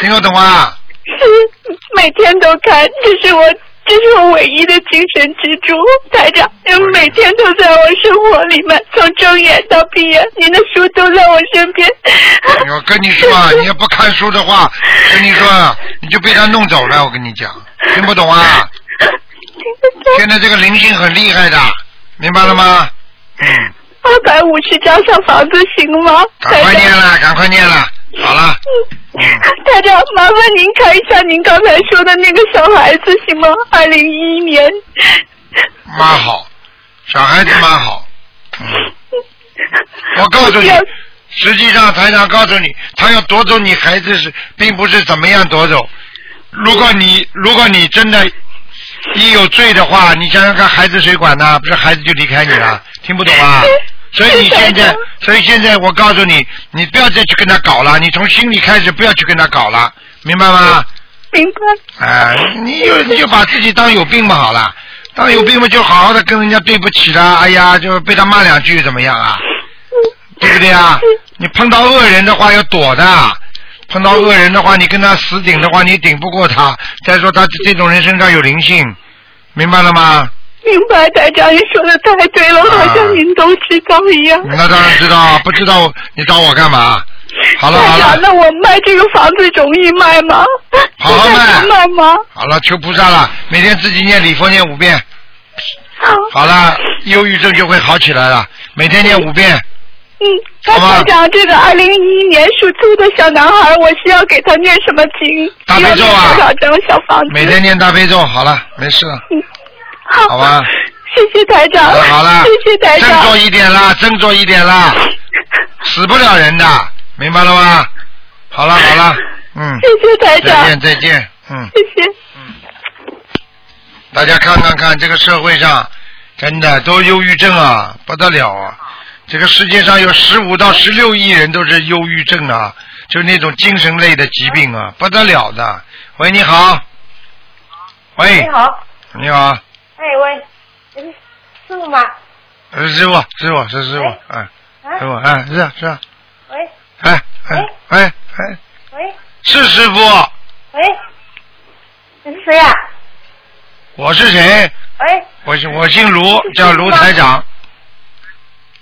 A: 听得懂啊？
D: 是每天都看，这是我这是我唯一的精神支柱，台长，因为每天都在我生活里面，从睁眼到闭眼，您的书都在我身边。
A: 我跟你说啊，你要不看书的话，跟你说啊你就被他弄走了。我跟你讲，听不懂啊？现在这个灵性很厉害的，明白了吗？嗯
D: 二百五十张小房子行吗？
A: 赶
D: 台
A: 快念
D: 长，
A: 了，赶快念了，好了，嗯
D: 台长，麻烦您看一下您刚才说的那个小孩子行吗？二零一一年，
A: 妈好，小孩子妈好。 嗯，我告 诉你，
D: 哎
A: 实际上台长告诉你，他要夺走你孩子是，并不是怎么样夺走。如果你如果你真的一有罪的话，你想想看，孩子谁管呢？不是孩子就离开你了，听不懂啊？所以你现在，所以现在我告诉你，你不要再去跟他搞了，你从心里开始不要去跟他搞了，明白吗？
D: 明白。
A: 哎、你就你就把自己当有病嘛好了，当有病嘛就好好的跟人家对不起啦，哎呀，就被他骂两句怎么样啊？对不对啊？你碰到恶人的话要躲的，碰到恶人的话，你跟他死顶的话，你顶不过他。再说他这种人身上有灵性，明白了吗？
D: 明白，台长，你说的太对
A: 啊
D: 了，好像您都知道一样。
A: 那当然知道，不知道你找我干嘛？好了好
D: 台
A: 了
D: 长，那我卖这个房子容易卖吗？
A: 好好 卖
D: 能卖吗？
A: 好了，求菩萨了，每天自己念礼佛念五遍。好了，忧郁症就会好起来了，每天念五遍。
D: 嗯，那
A: 好吧
D: 台长，这个二零一一年属兔的小男孩，我需要给他念什么经？
A: 大
D: 需要
A: 悲咒啊
D: 念多少张小房子？
A: 每天念大悲咒，好了，没事了，
D: 好
A: 好吧？
D: 谢谢台长，
A: 好了好了，
D: 谢谢台
A: 振
D: 长
A: 作。一点啦，振作一点 啦，死不了人的，明白了吗？好了好了，嗯，
D: 谢谢台长
A: 再，见再见，嗯，
D: 谢谢。
A: 大家看看看，这个社会上真的都忧郁症啊，不得了啊！这个世界上有十五到十六亿人都是忧郁症啊，就是那种精神类的疾病啊，不得了的。喂，你好，喂，
G: 你好，
A: 你好，
G: 哎喂，你是师傅吗？
A: 呃师傅，师傅，是师
G: 喂
A: 傅，哎。
G: 啊
A: 师，傅，哎，是啊，是啊，
G: 喂
A: 哎，哎，哎，哎，
G: 喂
A: 是师傅，
G: 喂，你是谁
F: 啊
G: 呀、
A: 我是谁？
G: 喂
A: 我姓我姓卢，叫卢台长，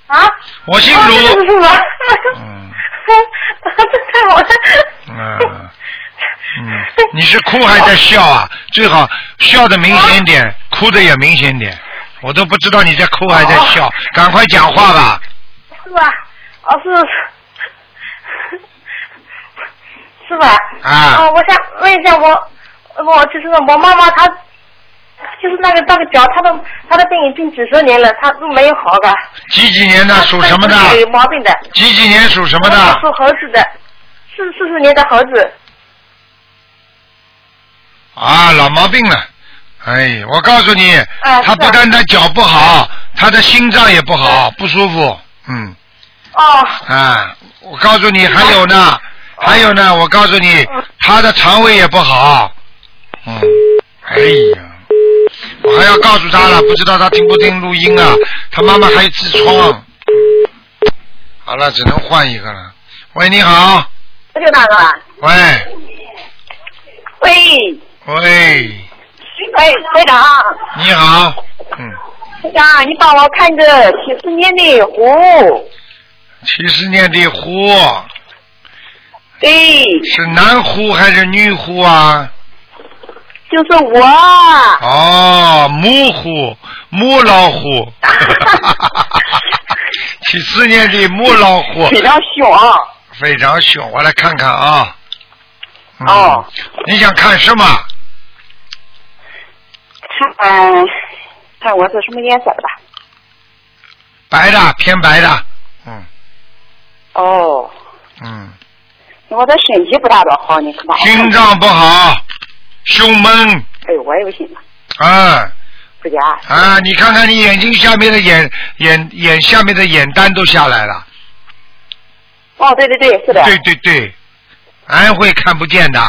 G: 啊，
A: 我姓
G: 哦这是。
A: 卢
G: 师傅吗？
A: 嗯
F: 啊
G: 这太好了。
A: 嗯嗯，你是哭还在笑啊？最好笑的明显
G: 哦
A: 点，哭的也明显点。我都不知道你在哭还在
G: 哦
A: 笑，赶快讲话吧。
G: 是吧？哦，是，是吧？
A: 啊
G: 哦，我想问一下我，我就是我妈妈她，就是那个那个脚，她的她的病已经几十年了，她没有好的。
A: 几几年的
G: 她
A: 属什么的？
G: 有毛病的。
A: 几几年属什么
G: 我
A: 的？
G: 属猴子的，四四十年的猴子。
A: 啊，老毛病了。哎，我告诉你，
G: 啊
A: 他
G: 是
A: 不
G: 啊
A: 但他脚不好，他的心脏也不好，不舒服。嗯，
G: 哦，
A: 啊，我告诉你，还有呢，还有呢，我告诉你，
G: 嗯
A: 他的肠胃也不好。嗯，哎呀，我还要告诉他了，
G: 嗯
A: 不知道他听不听录音啊？他妈妈还有痔疮。嗯好了，只能换一个了。喂，你好。
G: 就那个啊。
A: 喂，
G: 喂，
A: 喂，
G: 喂，会长，
A: 你好。嗯，
G: 会长，你帮我看个七四年的虎。
A: 七十年的虎
G: 对，
A: 是男虎还是女虎啊？
G: 就是我。
A: 哦，母虎，母老虎， 七四年的母老虎，
G: 非常凶啊！
A: 非常凶，我来看看啊。嗯、
F: 哦。
A: 你想看什么？
F: 看看看我是什么颜色的吧。
A: 白的，偏白的。嗯
F: 哦，
A: 嗯，
F: 我的身体不大多好，你可帮我看看
A: 心脏不。好，胸闷
F: 哎呦，我也有心脏，
A: 啊
F: 不假。
A: 啊！你看看你眼睛下面的眼眼眼下面的眼丹都下来了。
F: 哦，对对对，是的。
A: 对对对，安徽看不见的，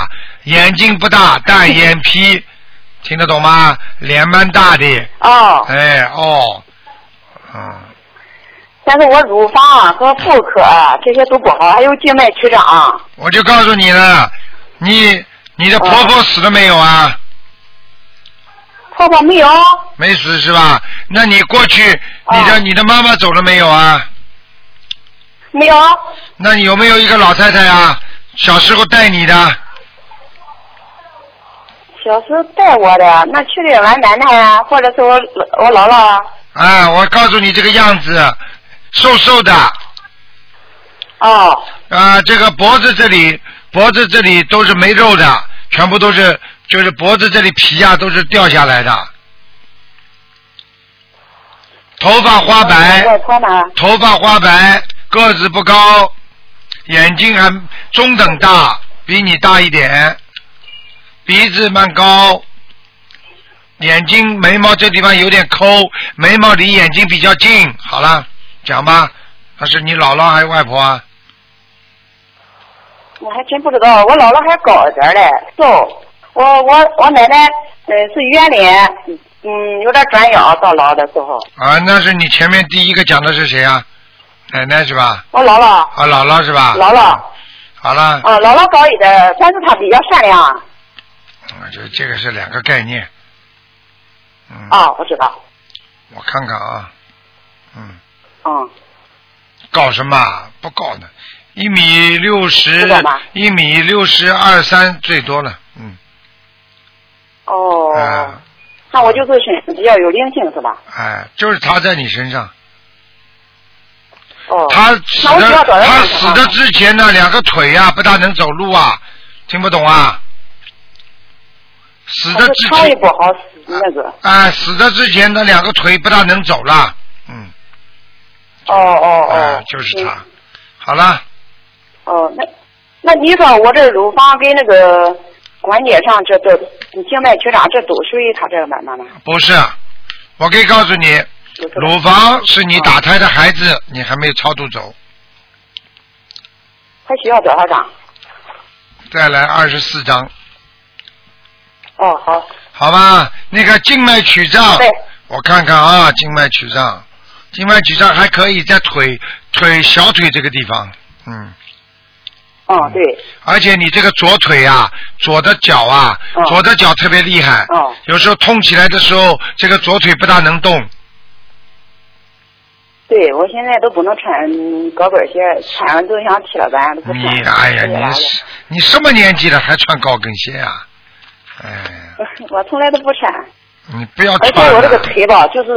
A: 眼睛不大，但眼 皮，听得懂吗？脸蛮大的，
F: 哦，
A: 哎哦，嗯，
F: 但是我乳房啊和妇科啊这些都不好，还有静脉曲张。啊
A: 我就告诉你了，你你的婆婆死了没有啊？
F: 婆婆没有？
A: 没死是吧？那你过去，
F: 哦
A: 你的、你的妈妈走了没有啊？
F: 没有。
A: 那你有没有一个老太太啊？小时候带你的，
F: 小时候带我的，那去的俺奶奶啊，或者是我我姥姥啊。
A: 啊，我告诉你这个样子，瘦瘦的，
F: 哦，
A: 啊，这个脖子这里，脖子这里都是没肉的，全部都是就是脖子这里皮呀、都是掉下来的，头发花白，
F: 我婆妈。
A: 哦头发花白，个子不高，眼睛还中等大，比你大一点，鼻子蛮高，眼睛眉毛这地方有点抠，眉毛离眼睛比较近。好了，讲吧，那是你姥姥还是外婆啊？
F: 我还真不知道，我姥姥还高一点儿嘞，瘦。我我我奶奶，呃，是圆脸，嗯，有点转腰，到老的时候。
A: 啊，那是你前面第一个讲的是谁啊？奶奶是吧？
F: 我姥姥，
A: 啊，姥姥是吧？
F: 姥姥，
A: 好了，
F: 啊，姥姥高一点儿，但是她比较善良。
A: 我觉得啊这个是两个概念。嗯，
F: 啊，我知道，
A: 我看看啊，嗯。
F: 嗯，
A: 高什么啊？不高呢，一米六十
F: 不高吗，
A: 一米六十二三最多了，嗯，
F: 哦，
A: 啊，
F: 那我就是身体比较有灵性是吧？
A: 哎，就是他在你身上，
F: 哦，
A: 他死
F: 那我需
A: 的
F: 要找人
A: 他
F: 看看
A: 死
F: 吗
A: 的之前呢，两个腿啊不大能走路啊，听不懂啊？死
F: 她
A: 的
F: 是
A: 之
F: 肠胃
A: 前
F: 不好，那个，
A: 啊，死的之前的两个腿不大能走了，嗯，
F: 哦哦
A: 啊
F: 哦，，
A: 就是他，好了，
F: 哦，那那你说我这乳房跟那个关节上这这静脉曲张，这都属于他这个慢慢慢，
A: 不是，啊我可以告诉你，
F: 都是
A: 乳房是你打胎的孩子，你还没有超度走。
F: 还需要多少张？
A: 再来二十四章，
F: 哦，好，
A: 好吧？那个静脉曲张
F: 对，
A: 我看看啊，静脉曲张，静脉曲张还可以在腿腿小腿这个地方，嗯，
F: 嗯，对，
A: 而且你这个左腿啊，左的脚啊，
F: 嗯
A: 左的脚特别厉害，
F: 嗯
A: 有时候痛起来的时候，这个左腿不大能动，
F: 对，我现在都不能穿嗯高跟鞋，穿完都想踢了咱，都不穿。
A: 你哎呀，
F: 特别拉
A: 你是你什么年纪了还穿高跟鞋啊？哎，
F: 人 我从来都不穿，
A: 你不要
F: 而且
A: 穿了
F: 哎我这个腿吧，就是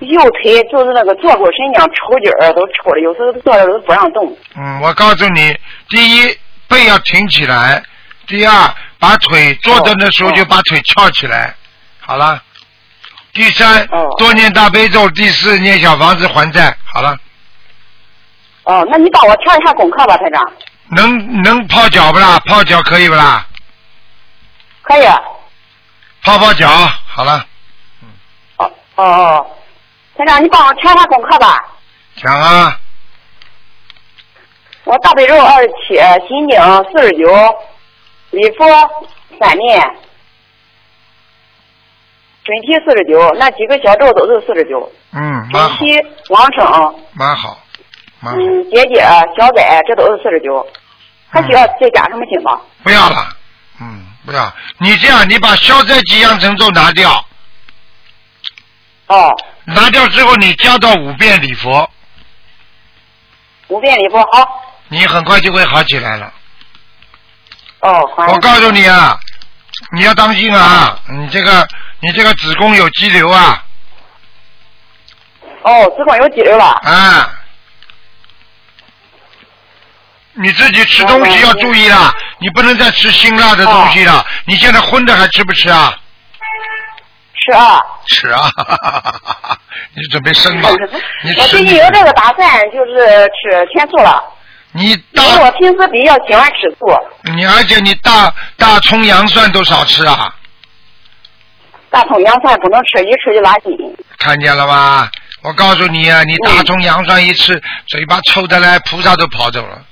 F: 右腿就是那个坐骨神经抽筋儿都抽的，有时候坐着都不让动。
A: 嗯，我告诉你，第一背要挺起来，第二把腿坐着的时候
F: 哦
A: 就把腿翘起来，好了。第三，
F: 哦
A: 多念大悲咒；第四，念小房子还债。好了，
F: 哦，那你帮我调一下功课吧，台长，
A: 能能泡脚不啦？泡脚可以不啦？
F: 可以？
A: 泡泡脚，好了，
F: 哦哦哦，台长，你帮我调一下功课吧。
A: 讲啊，
F: 我大悲咒二十七，心经四十九，礼佛三念，准提四十九，那几个小咒都是四十九。
A: 嗯，
F: 准
A: 蛮好，
F: 提、王成、
A: 蛮好，蛮好，
F: 嗯，姐姐、小仔，这都是四十九。还需要再加什么经吗？
A: 不要了，嗯，不要。你这样，你把消灾吉祥神咒拿掉，
F: 哦，
A: 拿掉之后，你加到五遍礼佛，
F: 五遍礼佛好。
A: 你很快就会好起来了。
F: 哦，好
A: 我告诉你啊，你要当心啊，你这个你这个子宫有肌瘤啊
F: 哦，子宫有肌瘤了。
A: 啊，你自己吃东西要注意啦，你不能再吃辛辣的东西了。你现在荤的还吃不吃啊？
F: 吃啊。
A: 吃啊！ 你准备生吧？你
F: 我
A: 吃
F: 最近有这个打算，就是吃全素了。
A: 你
F: 因为我平时比较喜欢吃素，
A: 你，而且你大大葱、洋蒜都少吃啊，
F: 大葱、洋蒜不能吃，一吃就拉筋。
A: 看见了吧？我告诉你啊，你大葱、洋蒜一吃，嘴巴臭的嘞，菩萨都跑走了。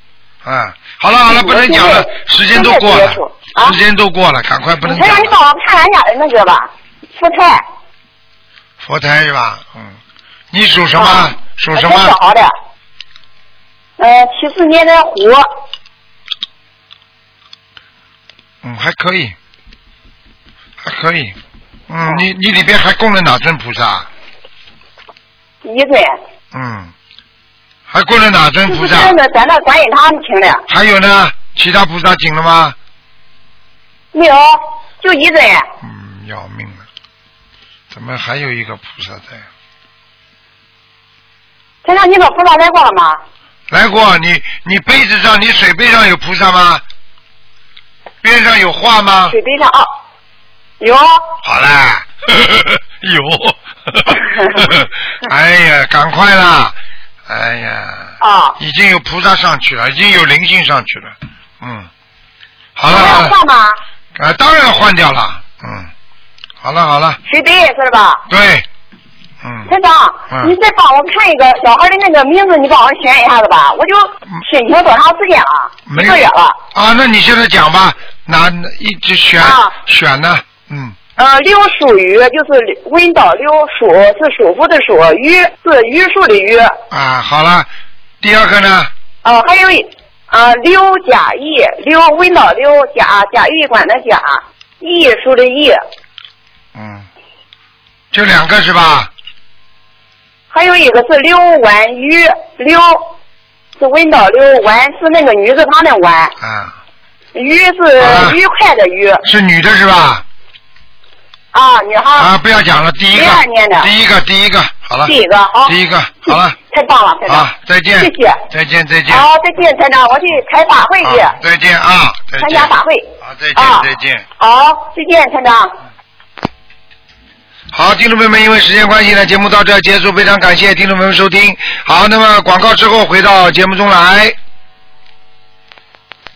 A: 啊，好了好了，
F: 嗯
A: 不能讲了
F: 我现在，
A: 时间都过
F: 现在
A: 了
F: 接触，啊
A: 时间都过了，赶快不
F: 你
A: 能
F: 才
A: 讲
F: 让你
A: 了。
F: 帮我看一下那个吧，蔬菜。
A: 佛台是吧？嗯，你属什么？
F: 啊
A: 属什
F: 我
A: 么
F: 挺？好的。呃，七四年的虎，
A: 嗯，还可以，还可以。嗯，你你里边还供了哪尊菩萨？
F: 一尊。
A: 嗯，还供了哪尊
F: 就
A: 菩
F: 是
A: 萨？
F: 咱那咱那观音堂请的，
A: 还有呢？其他菩萨请了吗？
F: 没有，就一尊。
A: 嗯，要命了！怎么还有一个菩萨在？
F: 陈长，你说菩萨来过了吗？
A: 来过，你你杯子上，你水杯上有菩萨吗？边上有画吗？
F: 水杯上啊，有。哦
A: 好啦， 有。 哎呀，赶快啦！哎呀，
F: 啊，
A: 已经有菩萨上去了，已经有灵性上去了。嗯，好了
F: 没
A: 好
F: 有
A: 了，
F: 换吗？
A: 啊，当然换掉了。嗯，好了好了，
F: 水杯是吧？
A: 对，嗯，
F: 陈长，
A: 嗯
F: 你再帮我看一个小孩的那个名字，你帮我选一下子吧。我就申请多长时间了？
A: 嗯没
F: 一
A: 有
F: 个月了。
A: 啊，那你现在讲吧，拿一直选、
F: 啊
A: 选呢，嗯，
F: 呃，柳树鱼就是闻到柳树是舒服的舒，榆是榆树的榆。
A: 啊，好了，第二个呢，
F: 呃，还有一呃刘家义，刘闻到刘家家玉关的家，艺术的艺，
A: 嗯，就两个是吧？
F: 还有一个是刘婉瑜，刘是闻到刘婉是那个女字旁的婉，
A: 啊，
F: 瑜
A: 啊
F: 是愉快的愉
A: 是女的是吧？
F: 啊，女孩。
A: 啊，不要讲了，第一个
F: 第二年的，
A: 第一个，第一个，好了，
F: 第一个好，
A: 第一个，好了，
F: 太棒了，太棒
A: 啊
F: 了，，
A: 再见，
F: 哦谢谢。
A: 再见，再见，
F: 好，再见，台长，我去开法会去，
A: 啊再见啊，再
F: 参
A: 见，
F: 加法会。
A: 好，再
F: 啊
A: 见，再见。
F: 好，再见，团长。
A: 好，听众朋友们，因为时间关系呢，节目到这儿结束，非常感谢听众朋友们收听。好，那么广告之后回到节目中来。